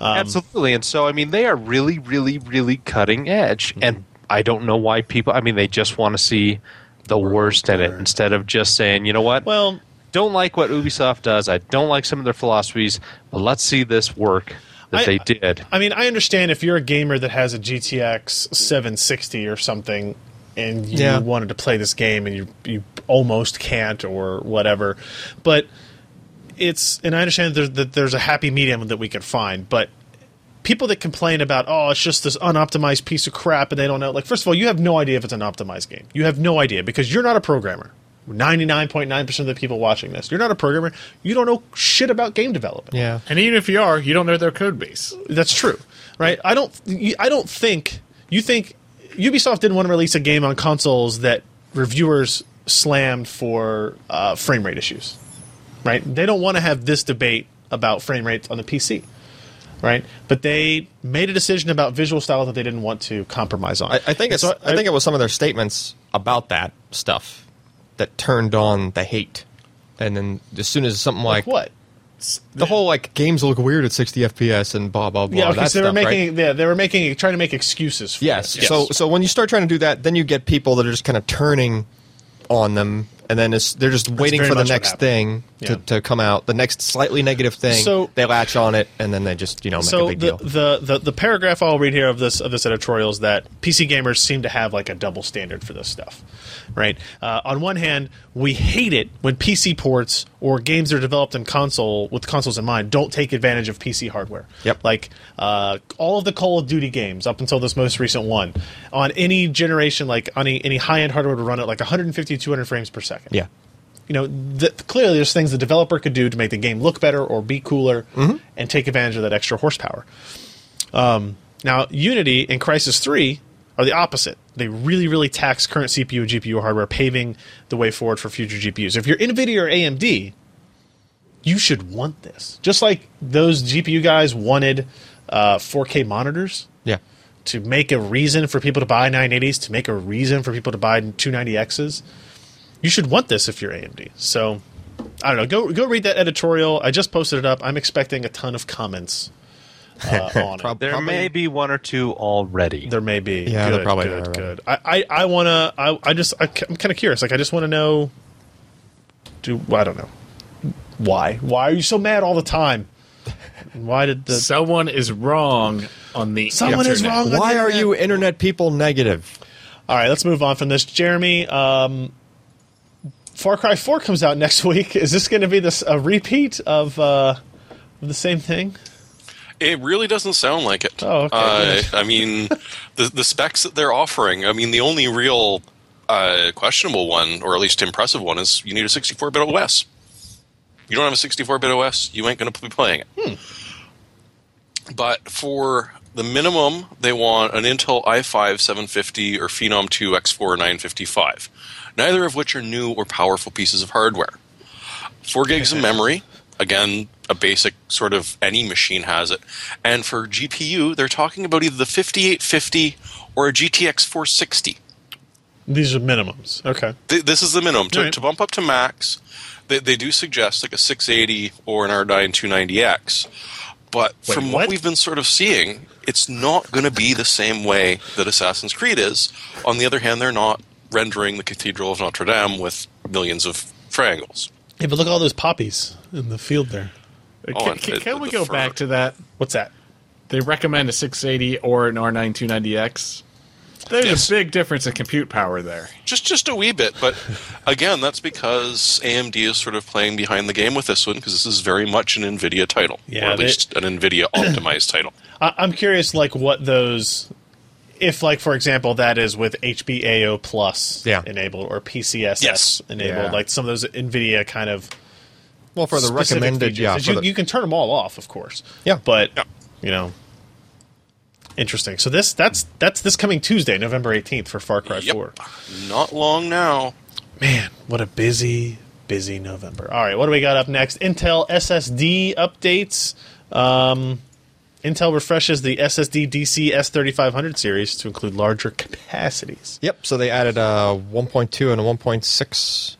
Speaker 1: Um,
Speaker 3: Absolutely. And so, I mean, they are really, really, really cutting edge.
Speaker 1: Mm-hmm.
Speaker 3: And I don't know why people, I mean, they just want to see the worst in it instead of just saying, you know what?
Speaker 1: Well,
Speaker 3: don't like what Ubisoft does. I don't like some of their philosophies, but let's see this work that
Speaker 1: I-
Speaker 3: they did.
Speaker 1: I mean, I understand if you're a gamer that has a GTX 760 or something, and you
Speaker 4: Yeah.
Speaker 1: wanted to play this game and you you almost can't or whatever, but it's and I understand that there's, that there's a happy medium that we can find, but people that complain about oh it's just this unoptimized piece of crap and they don't know like first of all you have no idea if it's an optimized game you have no idea because you're not a programmer 99.9% of the people watching this you're not a programmer you don't know shit about game development
Speaker 4: Yeah.
Speaker 5: And even if you are, you don't know their code base.
Speaker 1: that's true right i don't you- i don't think you think ubisoft didn't want to release a game on consoles that reviewers slammed for uh, frame rate issues right they don't want to have this debate about frame rates on the pc right but they made a decision about visual style that they didn't want to compromise on
Speaker 4: I, I think it's.
Speaker 1: So
Speaker 4: I, think it was some of their statements about that stuff that turned on the hate, and then as soon as something like,
Speaker 1: what
Speaker 4: the whole like games look weird at 60 FPS and blah blah blah.
Speaker 1: yeah okay
Speaker 4: that
Speaker 1: so they were
Speaker 4: stuff, right?
Speaker 1: making yeah they were making trying to make excuses for
Speaker 4: Yes.
Speaker 1: it.
Speaker 4: So so when you start trying to do that, then you get people that are just kind of turning on them, and then it's, they're just waiting
Speaker 1: very
Speaker 4: for the
Speaker 1: much what
Speaker 4: next
Speaker 1: happened.
Speaker 4: thing
Speaker 1: Yeah.
Speaker 4: to, to come out, the next slightly negative thing.
Speaker 1: So-
Speaker 4: they latch on it, and then they just you know make
Speaker 1: so
Speaker 4: a big
Speaker 1: the,
Speaker 4: deal.
Speaker 1: the the the paragraph I'll read here of this of this editorial is that PC gamers seem to have like a double standard for this stuff, right? Uh, on one hand, we hate it when PC ports or games that are developed in console with consoles in mind don't take advantage of PC hardware.
Speaker 4: Yep.
Speaker 1: Like uh, all of the Call of Duty games up until this most recent one, on any generation, like on any, any high end hardware, would run at like 150 200 frames per second
Speaker 4: yeah.
Speaker 1: you know, th- clearly there's things the developer could do to make the game look better or be cooler and take advantage of that extra horsepower. Um, now, Unity and Crisis 3 are the opposite. They really, really tax current CPU and GPU hardware, paving the way forward for future GPUs. If you're NVIDIA or AMD, you should want this. Just like those GPU guys wanted uh, 4K monitors
Speaker 4: Yeah.
Speaker 1: to make a reason for people to buy 980s, to make a reason for people to buy 290Xs. You should want this if you're AMD. So I don't know. Go go read that editorial. I just posted it up. I'm expecting a ton of comments uh, on it.
Speaker 4: Prob-
Speaker 3: There
Speaker 4: probably-
Speaker 3: may be one or two already.
Speaker 1: There may be.
Speaker 4: Yeah,
Speaker 1: good,
Speaker 4: they're probably
Speaker 1: good.
Speaker 4: not
Speaker 1: Good. I I, I want to. I, I just I, am kind of curious. Like I just want to know. Do well, I don't know. Why? Why are you so mad all the time? Why did the
Speaker 5: Someone is wrong on the
Speaker 1: Someone is
Speaker 5: internet.
Speaker 1: wrong. on
Speaker 4: Why
Speaker 1: the
Speaker 4: are
Speaker 1: internet.
Speaker 4: you internet people negative?
Speaker 1: All right, let's move on from this. Jeremy, um, Far Cry 4 comes out next week. Is this going to be this a repeat of uh, of the same thing?
Speaker 2: It really doesn't sound like it.
Speaker 1: Oh, okay,
Speaker 2: Uh,
Speaker 1: good.
Speaker 2: I mean, the the specs that they're offering. I mean, the only real uh, questionable one, or at least impressive one, is you need a 64-bit OS. You don't have a 64-bit OS, you ain't going to be playing it.
Speaker 1: Hmm.
Speaker 2: But for the minimum, they want an Intel i5 750 or Phenom 2 X4 955, neither of which are new or powerful pieces of hardware. Four gigs of memory, again, a basic sort of any machine has it. And for GPU, they're talking about either the 5850 or a GTX 460.
Speaker 1: These are minimums. Okay.
Speaker 2: Th- this is the minimum to,
Speaker 1: Right.
Speaker 2: to bump up to max. They, they do suggest like a 680 or an R9 290X, but
Speaker 1: Wait,
Speaker 2: from what?
Speaker 1: what?
Speaker 2: we've been sort of seeing, it's not going to be the same way that Assassin's Creed is. On the other hand, they're not rendering the Cathedral of Notre Dame with millions of triangles.
Speaker 1: Hey, but look at all those poppies in the field there.
Speaker 2: Oh,
Speaker 5: Can,
Speaker 2: and
Speaker 5: can-
Speaker 2: it-
Speaker 5: can we
Speaker 2: the
Speaker 5: go
Speaker 2: fur-
Speaker 5: back to that?
Speaker 1: What's that?
Speaker 5: They recommend a 680 or an R9 290X. There's
Speaker 2: Yes.
Speaker 5: a big difference in compute power there.
Speaker 2: Just just a wee bit, but again, that's because AMD is sort of playing behind the game with this one because this is very much an Nvidia title,
Speaker 1: Yeah,
Speaker 2: or at
Speaker 1: they-
Speaker 2: least an Nvidia optimized title.
Speaker 1: I- I'm curious, like, what those, if, like, for example, that is with HBAO Plus
Speaker 4: Yeah.
Speaker 1: enabled or PCSS
Speaker 2: Yes.
Speaker 1: enabled,
Speaker 5: Yeah.
Speaker 1: like some of those NVIDIA kind of
Speaker 4: Well, for the
Speaker 1: specific
Speaker 4: recommended,
Speaker 1: features.
Speaker 4: yeah,
Speaker 1: And
Speaker 4: for
Speaker 1: You,
Speaker 4: the-
Speaker 1: you can turn them all off, of course.
Speaker 4: Yeah.
Speaker 1: but you know, interesting. So this that's that's this coming Tuesday, November eighteenth, for Far Cry
Speaker 2: Yep.
Speaker 1: Four.
Speaker 2: Not long now.
Speaker 1: Man, what a busy, busy November. All right, what do we got up next? Intel SSD updates. Um, Intel refreshes the SSD DC S3500 series to include larger capacities.
Speaker 4: Yep. So they added a 1.2 and a 1.6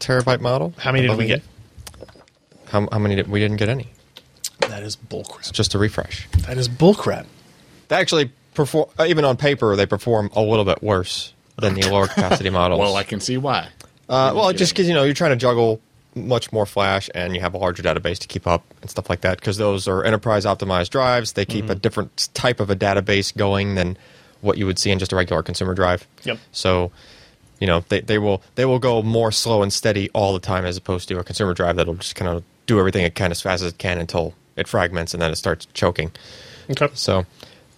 Speaker 4: terabyte model.
Speaker 1: How many
Speaker 4: I
Speaker 1: did we
Speaker 4: believe.
Speaker 1: get?
Speaker 4: How, how many did we didn't get any?
Speaker 1: That is bullcrap.
Speaker 4: Just a refresh.
Speaker 1: That is bullcrap.
Speaker 4: They actually perform uh, even on paper they perform a little bit worse than the lower capacity models.
Speaker 5: Well, I can see why.
Speaker 4: uh, well, just because you know you're trying to juggle much more flash and you have a larger database to keep up and stuff like that because those are enterprise optimized drives. They keep a different type of a database going than what you would see in just a regular consumer drive.
Speaker 1: Yep.
Speaker 4: So. You know they, they will they will go more slow and steady all the time as opposed to a consumer drive that'll just kind of do everything it can as fast as it can until it fragments and then it starts choking.
Speaker 1: Okay.
Speaker 4: So,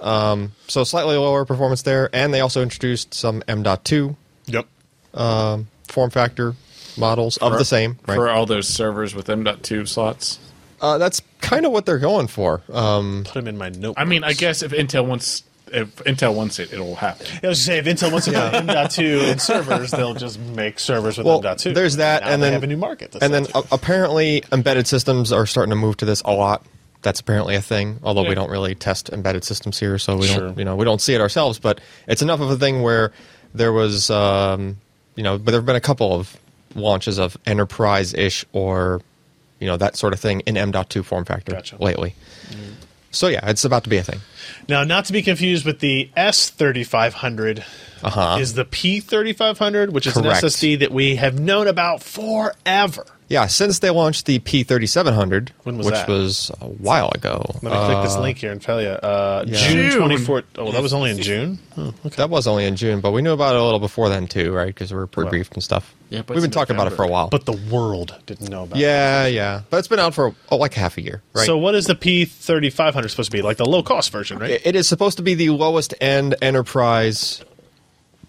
Speaker 4: um, so slightly lower performance there, and they also introduced some M.2
Speaker 1: Yep.
Speaker 4: form factor models of the same. Right?
Speaker 5: For all those servers with M.2 slots.
Speaker 4: uh, that's kind of what they're going for. Um,
Speaker 1: Put them in my note.
Speaker 5: I mean, I guess if Intel wants if Intel wants it, it'll happen.
Speaker 1: I was going to say, if Intel wants to put M.2 in servers, they'll just make servers with
Speaker 4: Well,
Speaker 1: M.2.
Speaker 4: there's that,
Speaker 1: Now
Speaker 4: and
Speaker 1: they
Speaker 4: then-
Speaker 1: have a new market. to sell
Speaker 4: and then oh.
Speaker 1: to.
Speaker 4: a- apparently embedded systems are starting to move to this a lot. That's apparently a thing, although
Speaker 1: Yeah.
Speaker 4: we don't really test embedded systems here, so we
Speaker 1: Sure.
Speaker 4: don't you know we don't see it ourselves. But it's enough of a thing where there was um, you know, but there have been a couple of launches of enterprise ish or you know that sort of thing in M.2 form factor
Speaker 1: Gotcha. Mm-hmm.
Speaker 4: lately. So yeah, it's about to be a thing.
Speaker 1: now, not to be confused with the S3500,
Speaker 4: Uh-huh.
Speaker 1: is the P3500, which is
Speaker 4: Correct.
Speaker 1: an SSD that we have known about forever.
Speaker 4: Yeah, since they launched the P3700,
Speaker 1: When was
Speaker 4: which
Speaker 1: that?
Speaker 4: was a while ago.
Speaker 1: Let me click this link here and tell you. Uh,
Speaker 4: yeah.
Speaker 1: June
Speaker 5: June.
Speaker 1: 24th. Oh, that was only in June? Oh, okay.
Speaker 4: That was only in June, but we knew about it a little before then too, right? Because we were pre-briefed and stuff.
Speaker 5: Yeah,
Speaker 4: we've
Speaker 5: but
Speaker 4: been
Speaker 5: it's
Speaker 4: talking about it for a
Speaker 5: November.
Speaker 4: while.
Speaker 1: But the world didn't know about it.
Speaker 4: yeah, yeah, but it's been out for oh, like half a year, right?
Speaker 1: So, what is the P3500 supposed to be? Like the low cost version, right?
Speaker 4: It- it is supposed to be the lowest end enterprise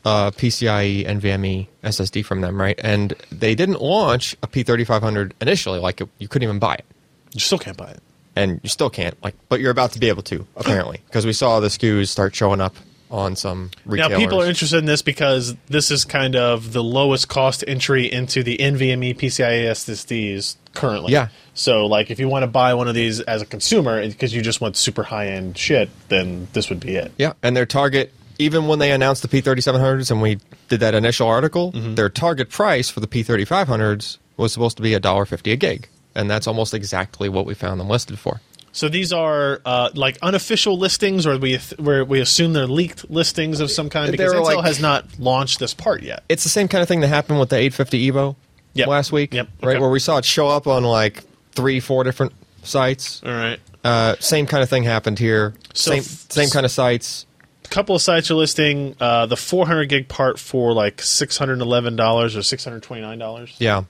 Speaker 4: uh, PCIe NVMe SSD from them, right? And they didn't launch a P3500 initially; like it, you couldn't even buy it,
Speaker 1: you still can't buy it.
Speaker 4: and you still can't. Like, but you're about to be able to apparently, because we saw the SKUs start showing up on some retailers.
Speaker 1: Now, people are interested in this because this is kind of the lowest cost entry into the NVMe PCIe SSDs currently.
Speaker 4: Yeah.
Speaker 1: So, like, if you want to buy one of these as a consumer because you just want super high end shit, then this would be it.
Speaker 4: Yeah, and their target, even when they announced the P3700s and we did that initial article,
Speaker 1: Mm-hmm.
Speaker 4: their target price for the P3500s was supposed to be $1.50 a gig. And that's almost exactly what we found them listed for.
Speaker 1: So these are uh, like unofficial listings, or we where we assume they're leaked listings of some kind because
Speaker 4: They're
Speaker 1: Intel
Speaker 4: like-
Speaker 1: has not launched this part yet.
Speaker 4: It's the same kind of thing that happened with the 850 Evo
Speaker 1: Yep.
Speaker 4: last week,
Speaker 1: Yep.
Speaker 4: right?
Speaker 1: Okay.
Speaker 4: Where we saw it show up on like three, four different sites.
Speaker 1: All right.
Speaker 4: Uh, same kind of thing happened here.
Speaker 1: Mm-hmm. So
Speaker 4: same
Speaker 1: f-
Speaker 4: same kind of sites.
Speaker 1: couple of sites are listing uh, the 400 gig part for like $611 or $629.
Speaker 4: Yeah.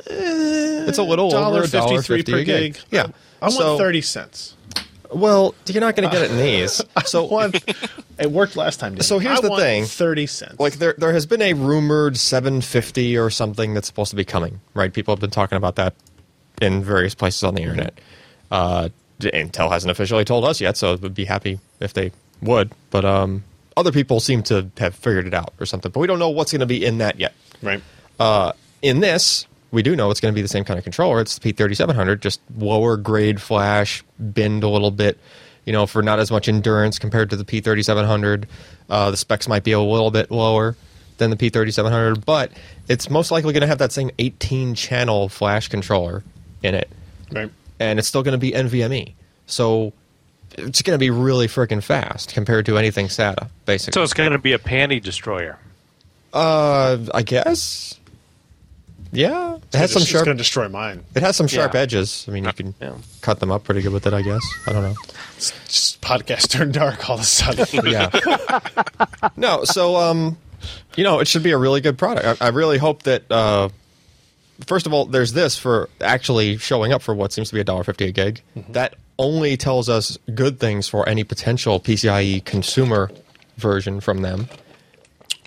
Speaker 1: Uh,
Speaker 4: it's a little over a dollar
Speaker 1: $1.53
Speaker 4: fifty a gig. Yeah.
Speaker 1: I want
Speaker 4: So-
Speaker 1: 30 cents.
Speaker 4: Well, you're not going to get it in these.
Speaker 1: I
Speaker 4: So
Speaker 1: want, it worked last time. Dan.
Speaker 4: So here's
Speaker 1: I
Speaker 4: the
Speaker 1: want
Speaker 4: thing.
Speaker 1: 30 cents.
Speaker 4: like there there has been a rumored 750 or something that's supposed to be coming right people have been talking about that in various places on the internet uh, intel hasn't officially told us yet so we'd be happy if they would but um, other people seem to have figured it out or something but we don't know what's going to be in that yet
Speaker 1: right.
Speaker 4: in this we do know it's going to be the same kind of controller it's the p3700 just lower grade flash bend a little bit you know for not as much endurance compared to the p3700 uh, the specs might be a little bit lower than the p3700 but it's most likely going to have that same 18 channel flash controller in it
Speaker 1: Right.
Speaker 4: and it's still going to be nvme E. so it's going to be really freaking fast compared to anything sata basically
Speaker 3: So it's going to be a panty destroyer.
Speaker 4: uh, i guess yeah it has some
Speaker 1: It's
Speaker 4: sharp
Speaker 1: going to destroy mine.
Speaker 4: it has some sharp
Speaker 3: Yeah.
Speaker 4: edges. I mean,
Speaker 1: Uh,
Speaker 4: you can
Speaker 3: Yeah.
Speaker 4: cut them up pretty good with it, I guess. I don't know.
Speaker 1: It's just podcast turned dark all of a sudden.
Speaker 4: Yeah. no, so um, you know, it should be a really good product. I, I really hope that uh, first of all, there's this for actually showing up for what seems to be a dollar fifty a gig.
Speaker 1: Mm-hmm.
Speaker 4: That only tells us good things for any potential PCIe E consumer version from them.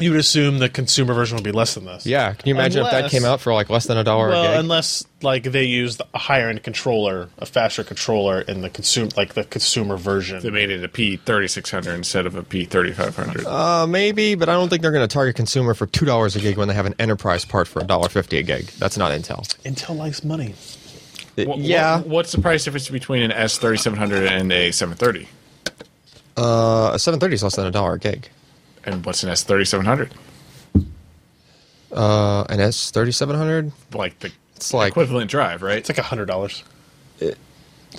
Speaker 1: you would assume the consumer version would be less than this.
Speaker 4: Yeah, can you imagine if that
Speaker 1: Unless-
Speaker 4: came out for like less than a dollar a
Speaker 1: Well,
Speaker 4: gig?
Speaker 1: unless like they used a higher end controller, a faster controller, in the consume like the consumer version.
Speaker 5: They made it a P3600 instead of a P3500.
Speaker 4: Uh, maybe, but I don't think they're going to target consumer for two dollars a gig when they have an enterprise part for a dollar fifty a gig. That's not Intel.
Speaker 1: Intel likes money.
Speaker 5: Wha- wha-
Speaker 4: yeah,
Speaker 5: what's the price difference between an S3700 and a 730?
Speaker 4: a Uh, seven thirty is less than a dollar a gig.
Speaker 5: And what's an S3700?
Speaker 4: Uh, an S thirty seven hundred.
Speaker 5: Like the
Speaker 4: It's like
Speaker 5: equivalent drive, right?
Speaker 1: It's like hundred dollars.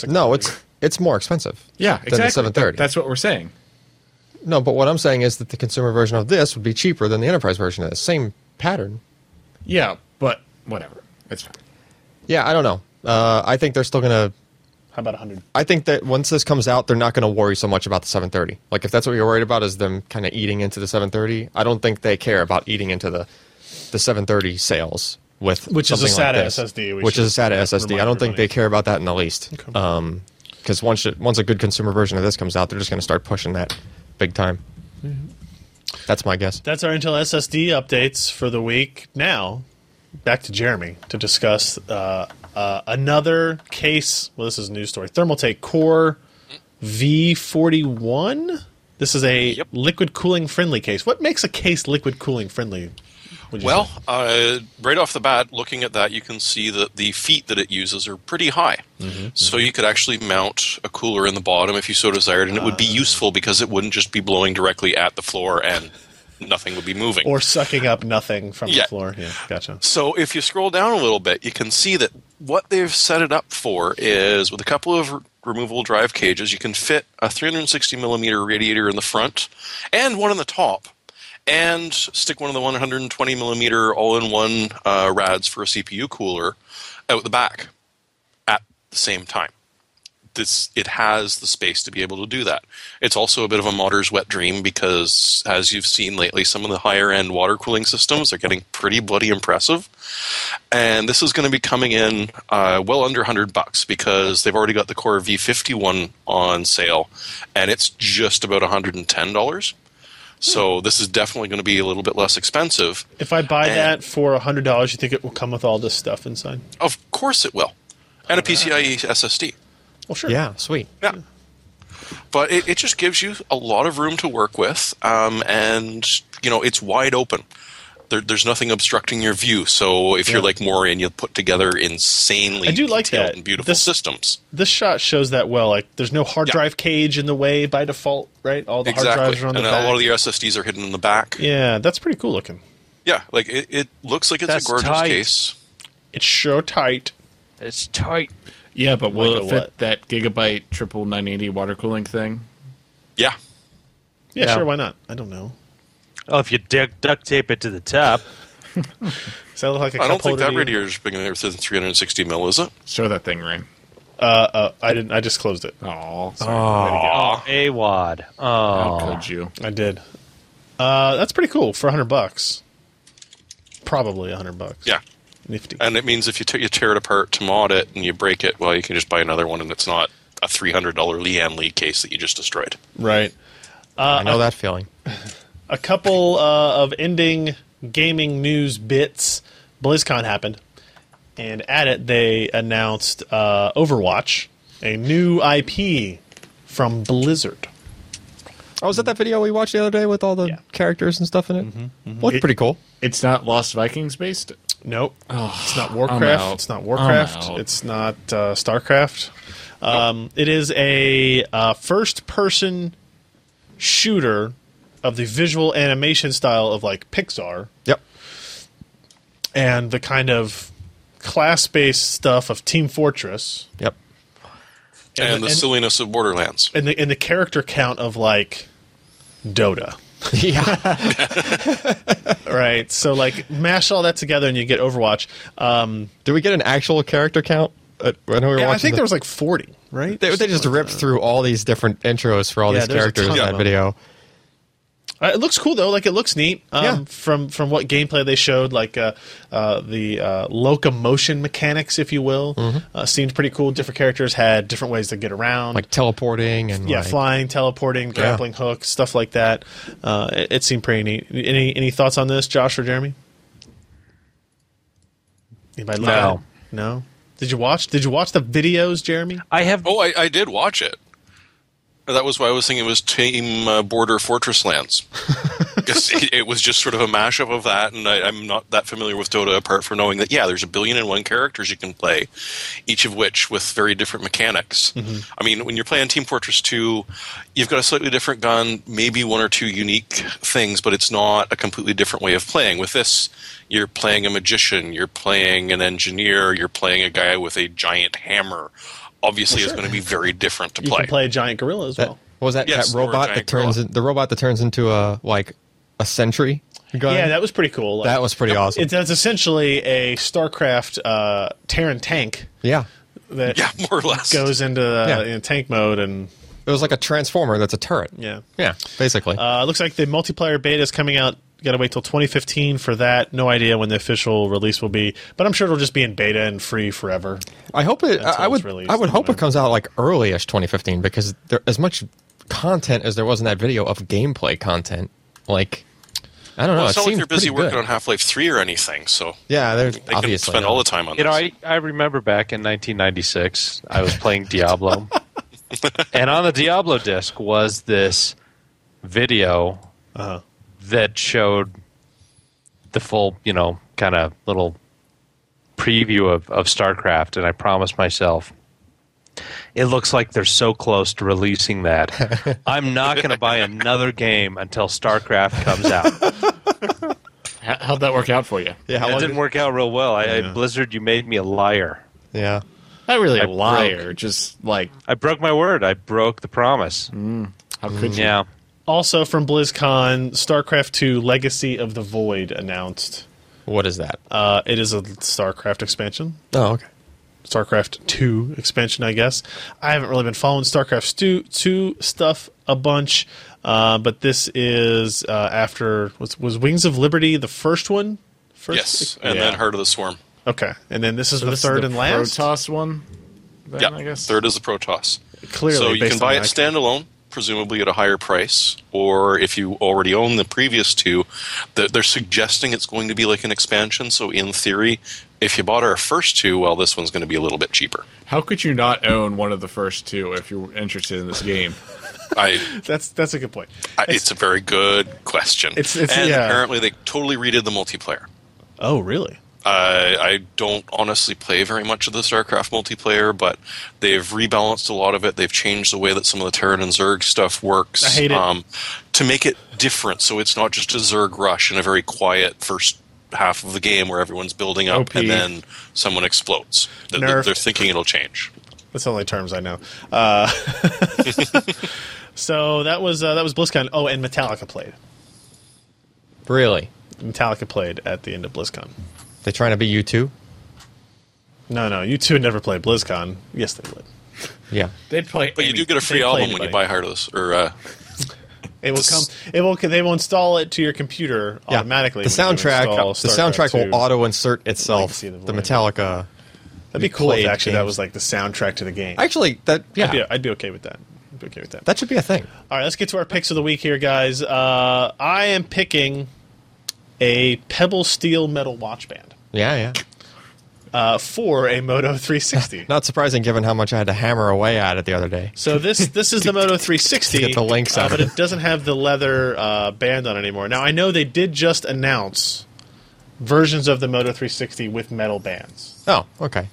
Speaker 4: no, it's it's more expensive.
Speaker 5: yeah,
Speaker 4: than
Speaker 5: exactly.
Speaker 4: the seven thirty.
Speaker 5: That's what we're saying.
Speaker 4: No, but what I'm saying is that the consumer version of this would be cheaper than the enterprise version of this. Same pattern.
Speaker 5: Yeah, but whatever. It's fine.
Speaker 4: Yeah, I don't know. Uh, I think they're still gonna.
Speaker 1: How about hundred?
Speaker 4: I think that once this comes out, they're not going to worry so much about the 730. Like, if that's what you're worried about, is them kind of eating into the 730. I don't think they care about eating into the the 730 sales with
Speaker 1: Which is a
Speaker 4: something
Speaker 1: SATA
Speaker 4: like this,
Speaker 1: SSD, we
Speaker 4: which is a
Speaker 1: should
Speaker 4: SATA SSD.
Speaker 1: remind
Speaker 4: I don't think
Speaker 1: everybody.
Speaker 4: they care about that in the least. Because once it- once a good consumer version of this comes out, they're just going to start pushing that big time.
Speaker 1: Mm-hmm.
Speaker 4: That's my guess.
Speaker 1: That's our Intel SSD updates for the week. Now, back to Jeremy to discuss uh, uh, another case. Well, this is a news story. Thermaltake Core V41. This is a
Speaker 2: Yep.
Speaker 1: liquid cooling friendly case. What makes a case liquid cooling friendly? would you
Speaker 2: Well,
Speaker 1: say?
Speaker 2: uh, right off the bat, looking at that, you can see that the feet that it uses are pretty high.
Speaker 1: Mm-hmm,
Speaker 2: So you could actually mount a cooler in the bottom if you so desired, and it would be
Speaker 1: Ah.
Speaker 2: useful because it wouldn't just be blowing directly at the floor and nothing would be moving.
Speaker 1: or sucking up nothing from
Speaker 2: Yeah.
Speaker 1: the floor. Yeah, gotcha.
Speaker 2: So if you scroll down a little bit, you can see that what they've set it up for is with a couple of r- removable drive cages, you can fit a 360 millimeter radiator in the front and one in the top, and stick one of the 120 millimeter all-in-one uh, rads for a CPU cooler out the back at the same time. This it has the space to be able to do that. It's also a bit of a modder's wet dream because, as you've seen lately, some of the higher end water cooling systems are getting pretty bloody impressive. And this is going to be coming in uh, well under 100 bucks because they've already got the Core V51 on sale, and it's just about 110 dollars. So this is definitely going to be a little bit less expensive.
Speaker 1: If I buy
Speaker 2: And-
Speaker 1: that for hundred dollars, you think it will come with all this stuff inside?
Speaker 2: Of course, it will, and a PCIe SSD.
Speaker 1: Well, sure.
Speaker 4: Yeah, sweet.
Speaker 2: Yeah. But it, it just gives you a lot of room to work with, um, and you know it's wide open. There, there's nothing obstructing your view. So if you're
Speaker 1: Yeah.
Speaker 2: like Maury and you put together insanely
Speaker 1: I do like
Speaker 2: detailed
Speaker 1: that.
Speaker 2: and beautiful
Speaker 1: This-
Speaker 2: systems,
Speaker 1: This shot shows that well. Like, there's no hard
Speaker 2: Yeah.
Speaker 1: drive cage in the way by default, right? All the hard
Speaker 2: exactly,
Speaker 1: drives are on
Speaker 2: and
Speaker 1: the
Speaker 2: a lot
Speaker 1: back.
Speaker 2: of the SSDs are hidden in the back. Yeah,
Speaker 1: yeah, that's pretty cool looking.
Speaker 2: like it, it looks like it's
Speaker 3: That's
Speaker 2: a gorgeous
Speaker 3: tight.
Speaker 2: case.
Speaker 1: It's sure tight.
Speaker 3: It's tight.
Speaker 5: Yeah, but will
Speaker 1: Like a
Speaker 5: it fit
Speaker 1: what?
Speaker 5: that gigabyte triple 980 water cooling thing?
Speaker 2: Yeah,
Speaker 1: Yeah,
Speaker 3: Yeah.
Speaker 1: sure. Why not? I don't know.
Speaker 3: Oh, if you duct duct tape it to the top.
Speaker 1: Does that look like a
Speaker 2: I
Speaker 1: cup
Speaker 2: don't think
Speaker 1: holder
Speaker 2: that
Speaker 1: to you?
Speaker 2: radiator is bigger than 360 mil, is it?
Speaker 5: Show that thing, Ray.
Speaker 1: Uh, I didn't. I just closed it.
Speaker 5: Oh,
Speaker 3: Oh, AWOD.
Speaker 5: how
Speaker 3: Oh,
Speaker 5: could you?
Speaker 1: I did. Uh, that's pretty cool for hundred bucks. Probably hundred bucks.
Speaker 2: Yeah.
Speaker 1: nifty.
Speaker 2: And it means if you, t- you tear it apart to mod it and you break it, well, you can just buy another one and it's not a $300 Leanne Lee case that you just destroyed.
Speaker 1: right.
Speaker 4: I know that feeling.
Speaker 1: a couple uh, of ending gaming news bits. BlizzCon happened, and at it they announced uh, Overwatch, a new IP from Blizzard.
Speaker 4: Oh, was that that video we watched the other day with all the
Speaker 1: Yeah. Mm-hmm,
Speaker 4: characters and stuff in it? Looked
Speaker 5: It-
Speaker 4: pretty cool.
Speaker 5: It's not Lost Vikings based.
Speaker 1: Nope, it's not
Speaker 5: out.
Speaker 1: Warcraft. It's not Warcraft.
Speaker 5: I'm out.
Speaker 1: It's not uh, Starcraft. Um, It is a uh, first-person shooter of the visual animation style of like Pixar.
Speaker 4: Yep.
Speaker 1: and the kind of class based stuff of Team Fortress
Speaker 4: Yep.
Speaker 2: And, the
Speaker 1: and-
Speaker 2: silliness of Borderlands.
Speaker 1: and the and the character count of like Dota.
Speaker 4: yeah.
Speaker 1: Right. So like mash all that together and you get Overwatch. Um
Speaker 4: Do we get an actual character count? Uh, I know we were
Speaker 1: yeah,
Speaker 4: watching
Speaker 1: I think
Speaker 4: the-
Speaker 1: there was like forty, right?
Speaker 4: They, they just ripped through all these different intros for all
Speaker 1: Yeah,
Speaker 4: these
Speaker 1: there's a
Speaker 4: characters in
Speaker 1: ton of
Speaker 4: that
Speaker 1: them.
Speaker 4: video.
Speaker 1: Uh, it looks cool though. Like it looks neat. Um,
Speaker 4: Yeah.
Speaker 1: From from what gameplay they showed, like uh, uh, the uh, locomotion mechanics, if you will, uh, seemed pretty cool. Different characters had different ways to get around.
Speaker 4: Like teleporting and
Speaker 1: yeah,
Speaker 4: like,
Speaker 1: flying, teleporting, grappling hooks, stuff like that. Uh, it, it seemed pretty neat. Any any thoughts on this, Josh or Jeremy? Anybody look
Speaker 3: No.
Speaker 1: at it? No. Did you watch? Did you watch the videos, Jeremy?
Speaker 3: I have.
Speaker 2: Oh, I, I did watch it. That was why I was thinking it was Team uh, Border Fortress Lands. 'Cause it, it was just sort of a mashup of that, and I, I'm not that familiar with Dota apart from knowing that, yeah, there's a billion and one characters you can play, each of which with very different mechanics.
Speaker 1: Mm-hmm.
Speaker 2: I mean, when you're playing Team Fortress 2, you've got a slightly different gun, maybe one or two unique things, but it's not a completely different way of playing. With this, you're playing a magician, you're playing an engineer, you're playing a guy with a giant hammer. Obviously, it's going to be very different to
Speaker 1: You can play a giant gorilla as
Speaker 4: That,
Speaker 1: well.
Speaker 4: what was that,
Speaker 2: Yes,
Speaker 4: that
Speaker 2: or a
Speaker 4: robot that
Speaker 2: giant
Speaker 4: turns
Speaker 2: gorilla.
Speaker 4: in, the robot that turns into a like a sentry gun?
Speaker 1: Yeah, that was pretty cool. Like,
Speaker 4: That was pretty awesome.
Speaker 1: It, that's essentially a StarCraft uh, Terran tank
Speaker 4: yeah.
Speaker 1: that
Speaker 2: Yeah, more or less.
Speaker 1: goes into uh,
Speaker 4: Yeah.
Speaker 1: in tank mode, and
Speaker 4: It was like a transformer that's a turret.
Speaker 1: yeah,
Speaker 4: Yeah, basically.
Speaker 1: Uh, it looks like the multiplayer beta is coming out. Got to wait till 2015 for that. No idea when the official release will be, but I'm sure it'll just be in beta and free forever.
Speaker 4: I hope it.
Speaker 1: That's
Speaker 4: I I
Speaker 1: when it's
Speaker 4: would.
Speaker 1: released,
Speaker 4: I would hope
Speaker 1: anyway.
Speaker 4: it comes out like early-ish 2015 because there as much content as there was in that video of gameplay content. Like, I don't know.
Speaker 1: Oh,
Speaker 2: Well,
Speaker 4: it
Speaker 2: it's not like
Speaker 4: seemed
Speaker 2: they're busy
Speaker 4: pretty
Speaker 2: working
Speaker 4: good.
Speaker 2: on Half Life 3 or anything, so
Speaker 4: Yeah, they're
Speaker 2: they can
Speaker 4: obviously.
Speaker 2: spend all the time on
Speaker 3: You know,
Speaker 2: this.
Speaker 3: I, I remember back in 1996, I was playing Diablo, and on the Diablo disc was this video
Speaker 1: Uh-huh.
Speaker 3: that showed the full, you know, kind of little preview of, of StarCraft, and I promised myself. It looks like they're so close to releasing that. I'm not going to buy another game until StarCraft comes out.
Speaker 5: How, how'd that work out for you?
Speaker 4: yeah, how
Speaker 3: it
Speaker 4: long
Speaker 3: didn't work out real well. I, I- Blizzard, you made me a liar.
Speaker 4: Yeah.
Speaker 5: Not really a
Speaker 3: broke.
Speaker 5: liar, just like
Speaker 3: I broke my word. I broke the promise.
Speaker 5: how could you?
Speaker 3: Yeah.
Speaker 1: Also from BlizzCon, StarCraft 2 Legacy of the Void announced.
Speaker 4: What is that?
Speaker 1: Uh, it is a StarCraft expansion.
Speaker 4: oh, okay.
Speaker 1: StarCraft 2 expansion, I guess. I haven't really been following StarCraft 2, 2 stuff a bunch, uh, but this is uh, after was, was Wings of Liberty the first one? First
Speaker 2: Yes, and
Speaker 1: Yeah.
Speaker 2: then Heart of the Swarm.
Speaker 1: Okay, and then this is the
Speaker 5: This is
Speaker 1: third
Speaker 5: the
Speaker 1: and last.
Speaker 5: Protoss one. Then,
Speaker 2: yeah,
Speaker 5: I guess
Speaker 2: third is the Protoss.
Speaker 1: Clearly,
Speaker 2: so you
Speaker 1: based
Speaker 2: can
Speaker 1: on
Speaker 2: buy it
Speaker 1: that-
Speaker 2: standalone, presumably at a higher price, or if you already own the previous two, they're, they're suggesting it's going to be like an expansion. So in theory, if you bought our first two, well, this one's going to be a little bit cheaper.
Speaker 5: How could you not own one of the first two if you're interested in this game?
Speaker 2: I,
Speaker 1: That's that's a good point.
Speaker 2: I it's, a very good question.
Speaker 1: It's- it's-
Speaker 2: and
Speaker 1: yeah.
Speaker 2: apparently they totally redid the multiplayer.
Speaker 1: Oh, really?
Speaker 2: I I don't honestly play very much of the StarCraft multiplayer, but they've rebalanced a lot of it. They've changed the way that some of the Terran and Zerg stuff works. um,
Speaker 1: I hate it.
Speaker 2: to make it different, so it's not just a Zerg rush and a very quiet first half of the game where everyone's building up
Speaker 5: OP.
Speaker 2: and then someone explodes. Th- th-
Speaker 1: Nerfed.
Speaker 2: They're thinking it'll change.
Speaker 1: That's the only terms I know. Uh, so that was uh, that was BlizzCon. Oh, and Metallica played.
Speaker 4: Really?
Speaker 1: Metallica played at the end of BlizzCon.
Speaker 4: They trying to be you too?
Speaker 1: No, no, you two never played BlizzCon. Yes, they would.
Speaker 4: Yeah.
Speaker 5: They'd play.
Speaker 2: But you do get a free album when you buy Heartless or uh,
Speaker 1: It will come. It will. They will install it to your computer
Speaker 4: Yeah.
Speaker 1: automatically.
Speaker 4: The
Speaker 1: when you
Speaker 4: soundtrack.
Speaker 1: install
Speaker 4: The
Speaker 1: StarCraft
Speaker 4: soundtrack
Speaker 1: II.
Speaker 4: will auto insert itself.
Speaker 1: see
Speaker 4: The
Speaker 1: the volume.
Speaker 4: Metallica.
Speaker 1: That'd be cool. If
Speaker 4: played
Speaker 1: actually, that
Speaker 4: games.
Speaker 1: was like the soundtrack to the game.
Speaker 4: Actually, that yeah,
Speaker 1: I'd, be, I'd be okay with that. I'd be okay with that.
Speaker 4: that should be a thing.
Speaker 1: All right, let's get to our picks of the week here, guys. Uh, I am picking a Pebble Steel metal watch band
Speaker 4: Yeah, yeah.
Speaker 1: uh, for a Moto 360.
Speaker 4: Not surprising given how much I had to hammer away at it the other day.
Speaker 1: So this this is the Moto 360,
Speaker 4: To get the links
Speaker 1: uh,
Speaker 4: out of
Speaker 1: but it doesn't have the leather uh, band on anymore. Now I know they did just announce versions of the Moto 360 with metal bands.
Speaker 4: Oh, okay.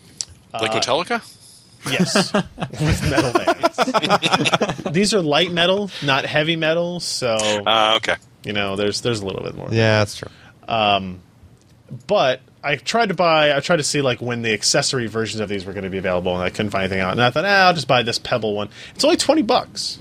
Speaker 2: like
Speaker 1: uh,
Speaker 2: Metallica.
Speaker 1: Yes, with metal bands. These are light metal, not heavy metal, so
Speaker 2: Uh, okay.
Speaker 1: you know there's there's a little bit more.
Speaker 4: Yeah, that's true.
Speaker 1: But I tried to buy, I tried to see like when the accessory versions of these were going to be available, and I couldn't find anything out. And I thought, ah, I'll just buy this Pebble one. It's only twenty bucks.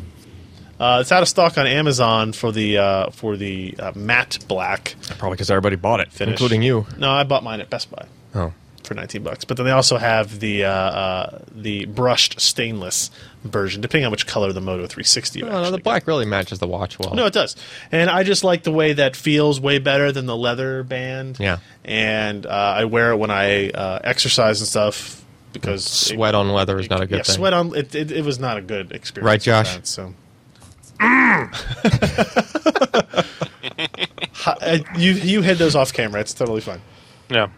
Speaker 1: Uh, it's out of stock on Amazon for the uh, for the uh, matte black
Speaker 4: Probably because everybody bought it,
Speaker 1: finish,
Speaker 4: including you.
Speaker 1: No, I bought mine at Best Buy.
Speaker 4: Oh,
Speaker 1: for 19 bucks. But then they also have the uh, uh, the brushed stainless version, depending on which color the Moto 360. you
Speaker 4: Oh, no,
Speaker 1: actually
Speaker 4: the
Speaker 1: get.
Speaker 4: black really matches the watch well.
Speaker 1: No, it does, and I just like the way that feels way better than the leather band.
Speaker 4: Yeah.
Speaker 1: and uh, I wear it when I uh, exercise and stuff because it-
Speaker 4: Mm, sweat on leather is not a good
Speaker 1: yeah,
Speaker 4: thing.
Speaker 1: Sweat on it, it. It was not a good experience,
Speaker 4: Right, Josh?
Speaker 1: with that, so. Mm. Ha- uh, you you hid those off camera. It's totally fine.
Speaker 3: Yeah.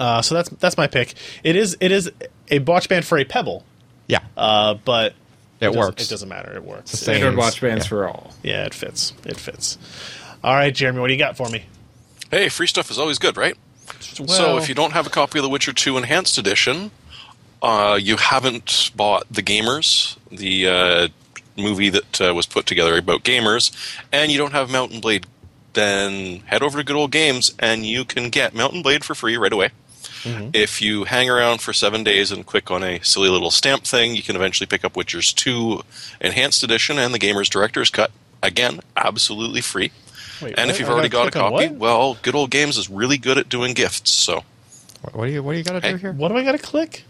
Speaker 1: Uh, so that's that's my pick. It is it is a watch band for a pebble,
Speaker 4: yeah,
Speaker 1: uh, but
Speaker 4: it,
Speaker 1: doesn't-
Speaker 4: works.
Speaker 1: It doesn't matter. It works.
Speaker 4: It's the
Speaker 5: Standard
Speaker 4: same.
Speaker 5: watch bands
Speaker 4: Yeah.
Speaker 5: for all.
Speaker 1: Yeah, it fits. It fits. All right, Jeremy, what do you got for me?
Speaker 2: Hey, free stuff is always good, right? so
Speaker 1: Well-
Speaker 2: if you don't have a copy of The Witcher 2 Enhanced Edition, uh, you haven't bought The Gamers, the uh, movie that uh, was put together about gamers, and you don't have Mountain Blade, then head over to Good Old Games and you can get Mountain Blade for free right away. If you hang around for seven days and click on a silly little stamp thing, you can eventually pick up Witcher's 2 Enhanced Edition and the Gamers Director's Cut. Again, absolutely free.
Speaker 1: Wait,
Speaker 2: and
Speaker 1: what?
Speaker 2: if you've
Speaker 1: I
Speaker 2: already
Speaker 1: gotta
Speaker 2: got a
Speaker 1: click on
Speaker 2: copy,
Speaker 1: what?
Speaker 2: well, Good Old Games is really good at doing gifts. So
Speaker 4: What, what do you What do you got to do
Speaker 2: Hey.
Speaker 4: here?
Speaker 1: What do I got to click?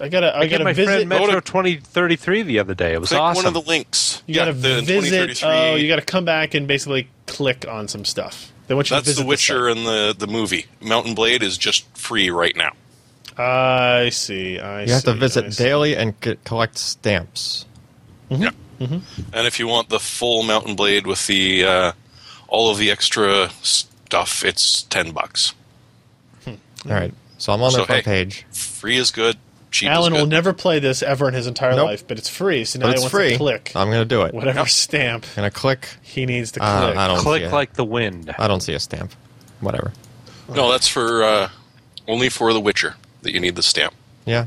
Speaker 1: I gotta I,
Speaker 3: I got
Speaker 1: gotta
Speaker 3: my
Speaker 1: visit.
Speaker 3: friend
Speaker 2: Go
Speaker 3: Metro
Speaker 2: to-
Speaker 3: 2033 the other day. It was
Speaker 2: click
Speaker 3: awesome.
Speaker 2: one of the links.
Speaker 1: you gotta
Speaker 2: the
Speaker 1: visit.
Speaker 2: 2033
Speaker 1: Oh, you gotta come back and basically click on some stuff. They want you to
Speaker 2: that's
Speaker 1: visit
Speaker 2: The Witcher
Speaker 1: site.
Speaker 2: and the the movie. Mountain Blade is just free right now.
Speaker 1: I see. I
Speaker 4: You have to
Speaker 1: see, I
Speaker 4: visit
Speaker 1: see.
Speaker 4: daily and get, collect stamps.
Speaker 2: Yeah. And if you want the full Mountain Blade with the uh, all of the extra stuff, it's ten bucks.
Speaker 4: All right, so I'm on their
Speaker 2: So,
Speaker 4: front
Speaker 2: hey.
Speaker 4: page.
Speaker 2: Free is good. Cheap
Speaker 1: Alan
Speaker 2: is
Speaker 1: will
Speaker 2: good.
Speaker 1: never play this ever in his entire
Speaker 4: Nope.
Speaker 1: life, but it's free. So now
Speaker 4: But
Speaker 1: he
Speaker 4: it's
Speaker 1: wants
Speaker 4: free.
Speaker 1: to click
Speaker 4: I'm gonna do it.
Speaker 1: whatever
Speaker 2: Yep.
Speaker 1: stamp
Speaker 4: I'm gonna click.
Speaker 1: he needs to click.
Speaker 4: Uh, I don't see
Speaker 3: Click
Speaker 4: it.
Speaker 3: like the wind.
Speaker 4: I don't see a stamp. Whatever.
Speaker 2: no, that's for uh, only for The Witcher that you need the stamp,
Speaker 4: Yeah.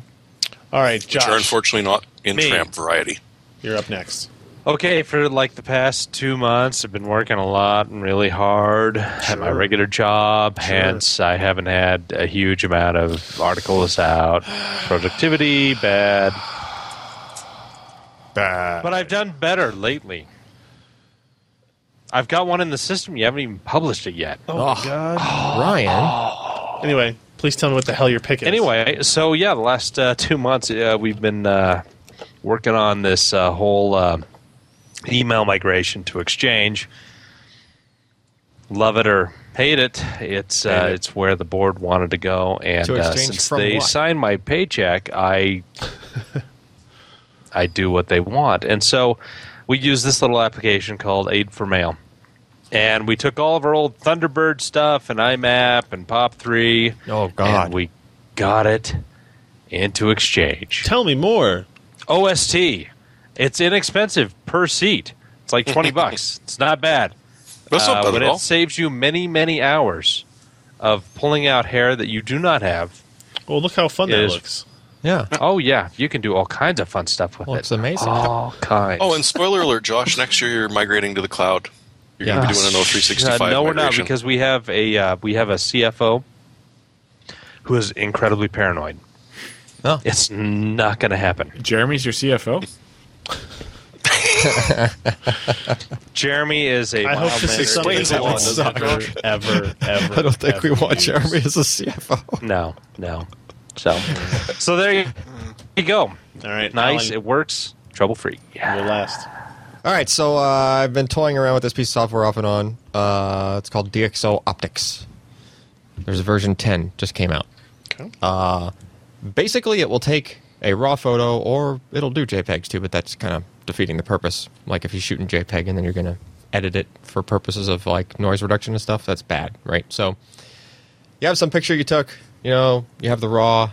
Speaker 1: All right,
Speaker 2: which are
Speaker 1: Josh,
Speaker 2: unfortunately not in
Speaker 1: Me.
Speaker 2: tramp variety.
Speaker 1: you're up next.
Speaker 3: Okay, for like the past two months, I've been working a lot and really hard at my
Speaker 1: Sure.
Speaker 3: regular job.
Speaker 1: Sure.
Speaker 3: Hence, I haven't had a huge amount of articles out. Productivity bad,
Speaker 1: Bad.
Speaker 3: but I've done better lately. I've got one in the system. You haven't even published it yet.
Speaker 1: Oh,
Speaker 4: Ugh.
Speaker 1: my God.
Speaker 4: Ryan.
Speaker 1: Anyway, please tell me what the hell your pick is.
Speaker 3: Anyway, so yeah, the last uh, two months uh, we've been uh, working on this uh, whole uh, email migration to Exchange. Love it or hate it, it's uh,
Speaker 4: Hate it.
Speaker 3: it's where the board wanted to go, and
Speaker 4: To
Speaker 3: uh,
Speaker 4: Exchange
Speaker 3: since
Speaker 4: from
Speaker 3: they
Speaker 4: what?
Speaker 3: signed my paycheck, I I do what they want, and so we use this little application called Aid for Mail. And we took all of our old Thunderbird stuff and IMAP and Pop3
Speaker 4: Oh God.
Speaker 3: and we got it into exchange.
Speaker 1: tell me more.
Speaker 3: OST. It's inexpensive per seat. It's like 20 bucks. It's not bad.
Speaker 2: That's
Speaker 3: Uh,
Speaker 2: not bad
Speaker 3: but
Speaker 2: at all.
Speaker 3: it saves you many, many hours of pulling out hair that you do not have.
Speaker 1: Well, look how fun
Speaker 3: It
Speaker 1: that
Speaker 3: is-
Speaker 1: looks.
Speaker 4: yeah.
Speaker 3: Oh, yeah. You can do all kinds of fun stuff with it.
Speaker 4: Looks amazing.
Speaker 3: All kinds.
Speaker 2: Oh, and spoiler alert, Josh! Next year you're migrating to the cloud. You're
Speaker 4: Yeah.
Speaker 2: going to be doing an O365
Speaker 3: Uh, no, we're not
Speaker 2: migration.
Speaker 3: because we have a uh, we have a CFO who is incredibly paranoid.
Speaker 4: Oh.
Speaker 3: It's not going to happen.
Speaker 5: Jeremy's your CFO.
Speaker 3: Jeremy is a.
Speaker 1: I hope this
Speaker 3: mild-mannered
Speaker 1: explains
Speaker 3: individual
Speaker 1: how
Speaker 3: and
Speaker 1: much
Speaker 3: doesn't
Speaker 1: suck.
Speaker 3: have-
Speaker 1: Ever, ever, ever.
Speaker 4: I don't think we
Speaker 1: ever
Speaker 4: want
Speaker 1: use.
Speaker 4: Jeremy as a CFO.
Speaker 3: No, no. So, so there you, you go.
Speaker 1: All right,
Speaker 3: Nice.
Speaker 1: Alan,
Speaker 3: It works. Trouble free. Yeah.
Speaker 1: You're last.
Speaker 4: All right, so uh, I've been toying around with this piece of software off and on. Uh, it's called DxO Optics. There's a version 10 just came out.
Speaker 1: Okay.
Speaker 4: Basically, it will take a raw photo, or it'll do JPEGs too, but that's kind of defeating the purpose. Like if you shoot in JPEG and then you're going to edit it for purposes of like noise reduction and stuff, that's bad, right? So you have some picture you took, you know, you have the raw,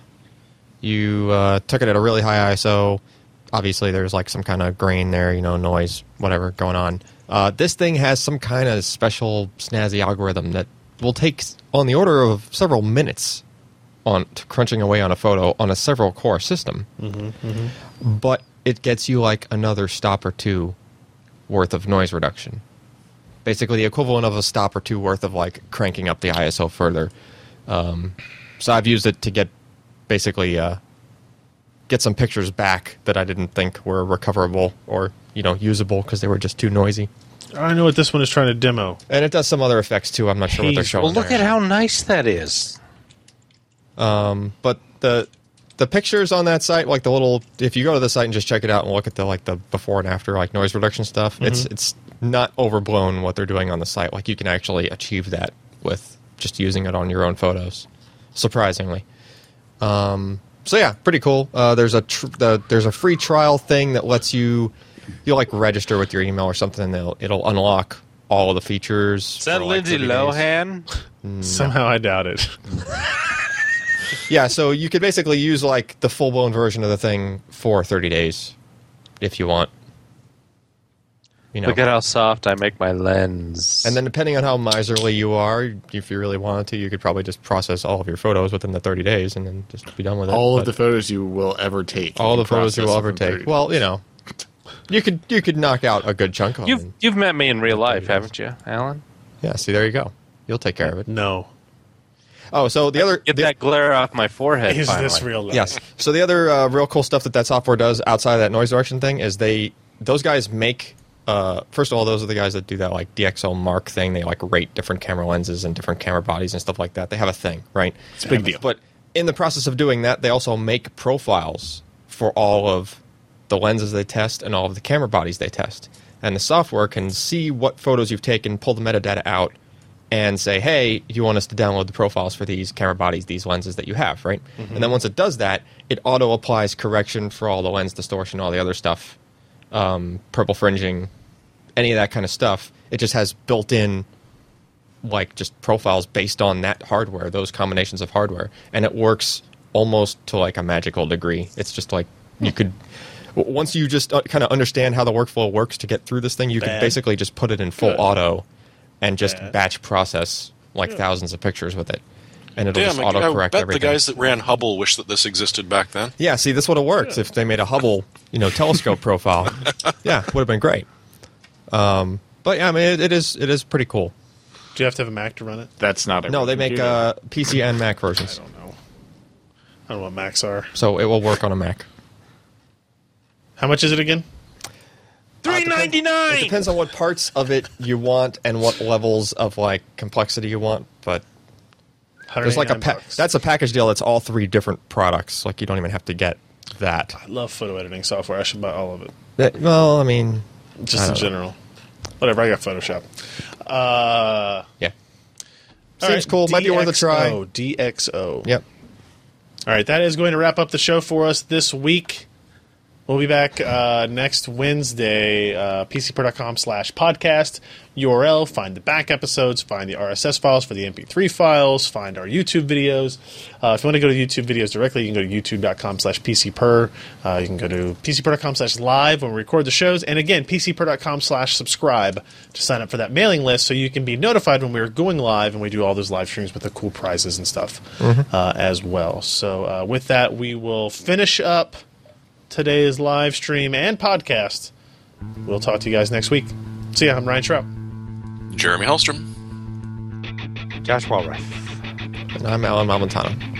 Speaker 4: you uh, took it at a really high ISO. Obviously, there's like some kind of grain there, you know, noise, whatever going on. Uh, this thing has some kind of special snazzy algorithm that will take s- on the order of several minutes on to crunching away on a photo on a several core system.
Speaker 3: Mm-hmm,
Speaker 4: But it gets you like another stop or two worth of noise reduction. Basically, the equivalent of a stop or two worth of like cranking up the ISO further. Um, so I've used it to get basically uh, get some pictures back that I didn't think were recoverable or you know usable because they were just too noisy.
Speaker 1: I know what this one is trying to demo.
Speaker 4: And it does some other effects too. I'm not sure what they're
Speaker 1: Jeez,
Speaker 4: showing.
Speaker 3: Well, look
Speaker 4: there.
Speaker 3: at how nice that is.
Speaker 4: but the the pictures on that site, like the little, if you go to the site and just check it out and look at the like the before and after like noise reduction stuff, it's it's not overblown what they're doing on the site. Like you can actually achieve that with just using it on your own photos, surprisingly. Um, so yeah, pretty cool. Uh, there's a tr- the, there's a free trial thing that lets you you like register with your email or something, and they'll it'll unlock all of the features.
Speaker 3: Is that
Speaker 4: for, like,
Speaker 3: Lindsay
Speaker 4: 30 days.
Speaker 3: Lohan?
Speaker 4: Hmm.
Speaker 1: Somehow I doubt it.
Speaker 4: yeah, so you could basically use like the full blown version of the thing for 30 days if you want. You know.
Speaker 3: Look at how soft I make my lens.
Speaker 4: and then depending on how miserly you are, if you really wanted to, you could probably just process all of your photos within the 30 days and then just be done with it.
Speaker 5: all of the
Speaker 4: But
Speaker 5: photos you will ever take.
Speaker 4: all
Speaker 5: you
Speaker 4: the
Speaker 5: can
Speaker 4: photos you will
Speaker 5: process
Speaker 4: ever
Speaker 5: in
Speaker 4: take.
Speaker 5: 30
Speaker 4: Well, you know, you could you could knock out a good chunk of
Speaker 3: you've
Speaker 4: them.
Speaker 3: you've met me in real life, haven't you, Alan?
Speaker 4: Yeah, see there you go. You'll take care of it.
Speaker 1: No.
Speaker 4: Oh, so the other
Speaker 3: Get
Speaker 4: the-
Speaker 3: that glare off my forehead.
Speaker 1: Is
Speaker 3: finally.
Speaker 1: this real life?
Speaker 4: Yes. So the other uh, real cool stuff that that software does outside of that noise reduction thing is they those guys make. Uh, first of all, those are the guys that do that like DxO mark thing. They like rate different camera lenses and different camera bodies and stuff like that. They have a thing, right?
Speaker 5: It's a big deal.
Speaker 4: But in the process of doing that, they also make profiles for all of the lenses they test and all of the camera bodies they test. And the software can see what photos you've taken, pull the metadata out, and say, hey, you want us to download the profiles for these camera bodies, these lenses that you have, right? And then once it does that, it auto applies correction for all the lens distortion, all the other stuff, um, purple fringing, any of that kind of stuff. It just has built in like just profiles based on that hardware, those combinations of hardware, and it works almost to like a magical degree. It's just like you could w- once you just uh, kind of understand how the workflow works to get through this thing, you can
Speaker 1: Bad.
Speaker 4: basically just put it in full
Speaker 1: Good.
Speaker 4: auto and just
Speaker 1: Bad.
Speaker 4: batch process like thousands of pictures with it, and it'll
Speaker 2: Damn,
Speaker 4: just
Speaker 2: I,
Speaker 4: auto
Speaker 2: I
Speaker 4: correct
Speaker 2: bet
Speaker 4: everything.
Speaker 2: the guys that ran Hubble wish that this existed back then.
Speaker 4: Yeah, see, this would have worked if they made a Hubble, you know, telescope profile. Yeah, would have been great. Um, but yeah, I mean, it, it is it is pretty cool.
Speaker 1: Do you have to have a Mac to run it?
Speaker 5: That's not a
Speaker 4: No, they make
Speaker 5: computer.
Speaker 4: uh, PC and Mac
Speaker 1: I
Speaker 4: versions,
Speaker 1: don't know. I don't know what Macs are.
Speaker 4: so it will work on a Mac.
Speaker 1: How much is it again?
Speaker 3: Three ninety
Speaker 4: Uh, It
Speaker 3: nine.
Speaker 4: depends on what parts of it you want and what levels of like complexity you want, but there's like a
Speaker 1: 189
Speaker 4: pa-
Speaker 1: bucks.
Speaker 4: that's a package deal that's all three different products. Like you don't even have to get that.
Speaker 1: I love photo editing software. I should buy all of it.
Speaker 4: That- well, I mean, I
Speaker 1: Just in
Speaker 4: don't know.
Speaker 1: general. Whatever, I got Photoshop. Uh,
Speaker 4: yeah,
Speaker 1: all
Speaker 4: seems cool. Might be worth a try.
Speaker 1: DxO, DXO.
Speaker 4: Yep.
Speaker 1: All right, that is going to wrap up the show for us this week. We'll be back uh, next Wednesday, uh, pcpro.com slash podcast. URL, find the back episodes, find the RSS files for the MP3 files, find our YouTube videos. Uh, if you want to go to YouTube videos directly, you can go to youtube.com slash pcper. Uh, you can go to pcper.com slash live when we record the shows. And again, pcper.com slash subscribe to sign up for that mailing list so you can be notified when we're going live and we do all those live streams with the cool prizes and stuff uh, as well. So uh, with that, we will finish up today's live stream and podcast. We'll talk to you guys next week. See ya. I'm Ryan Trout.
Speaker 2: Jeremy Hellstrom.
Speaker 3: Josh Walrath.
Speaker 4: And I'm Alan Malmontano.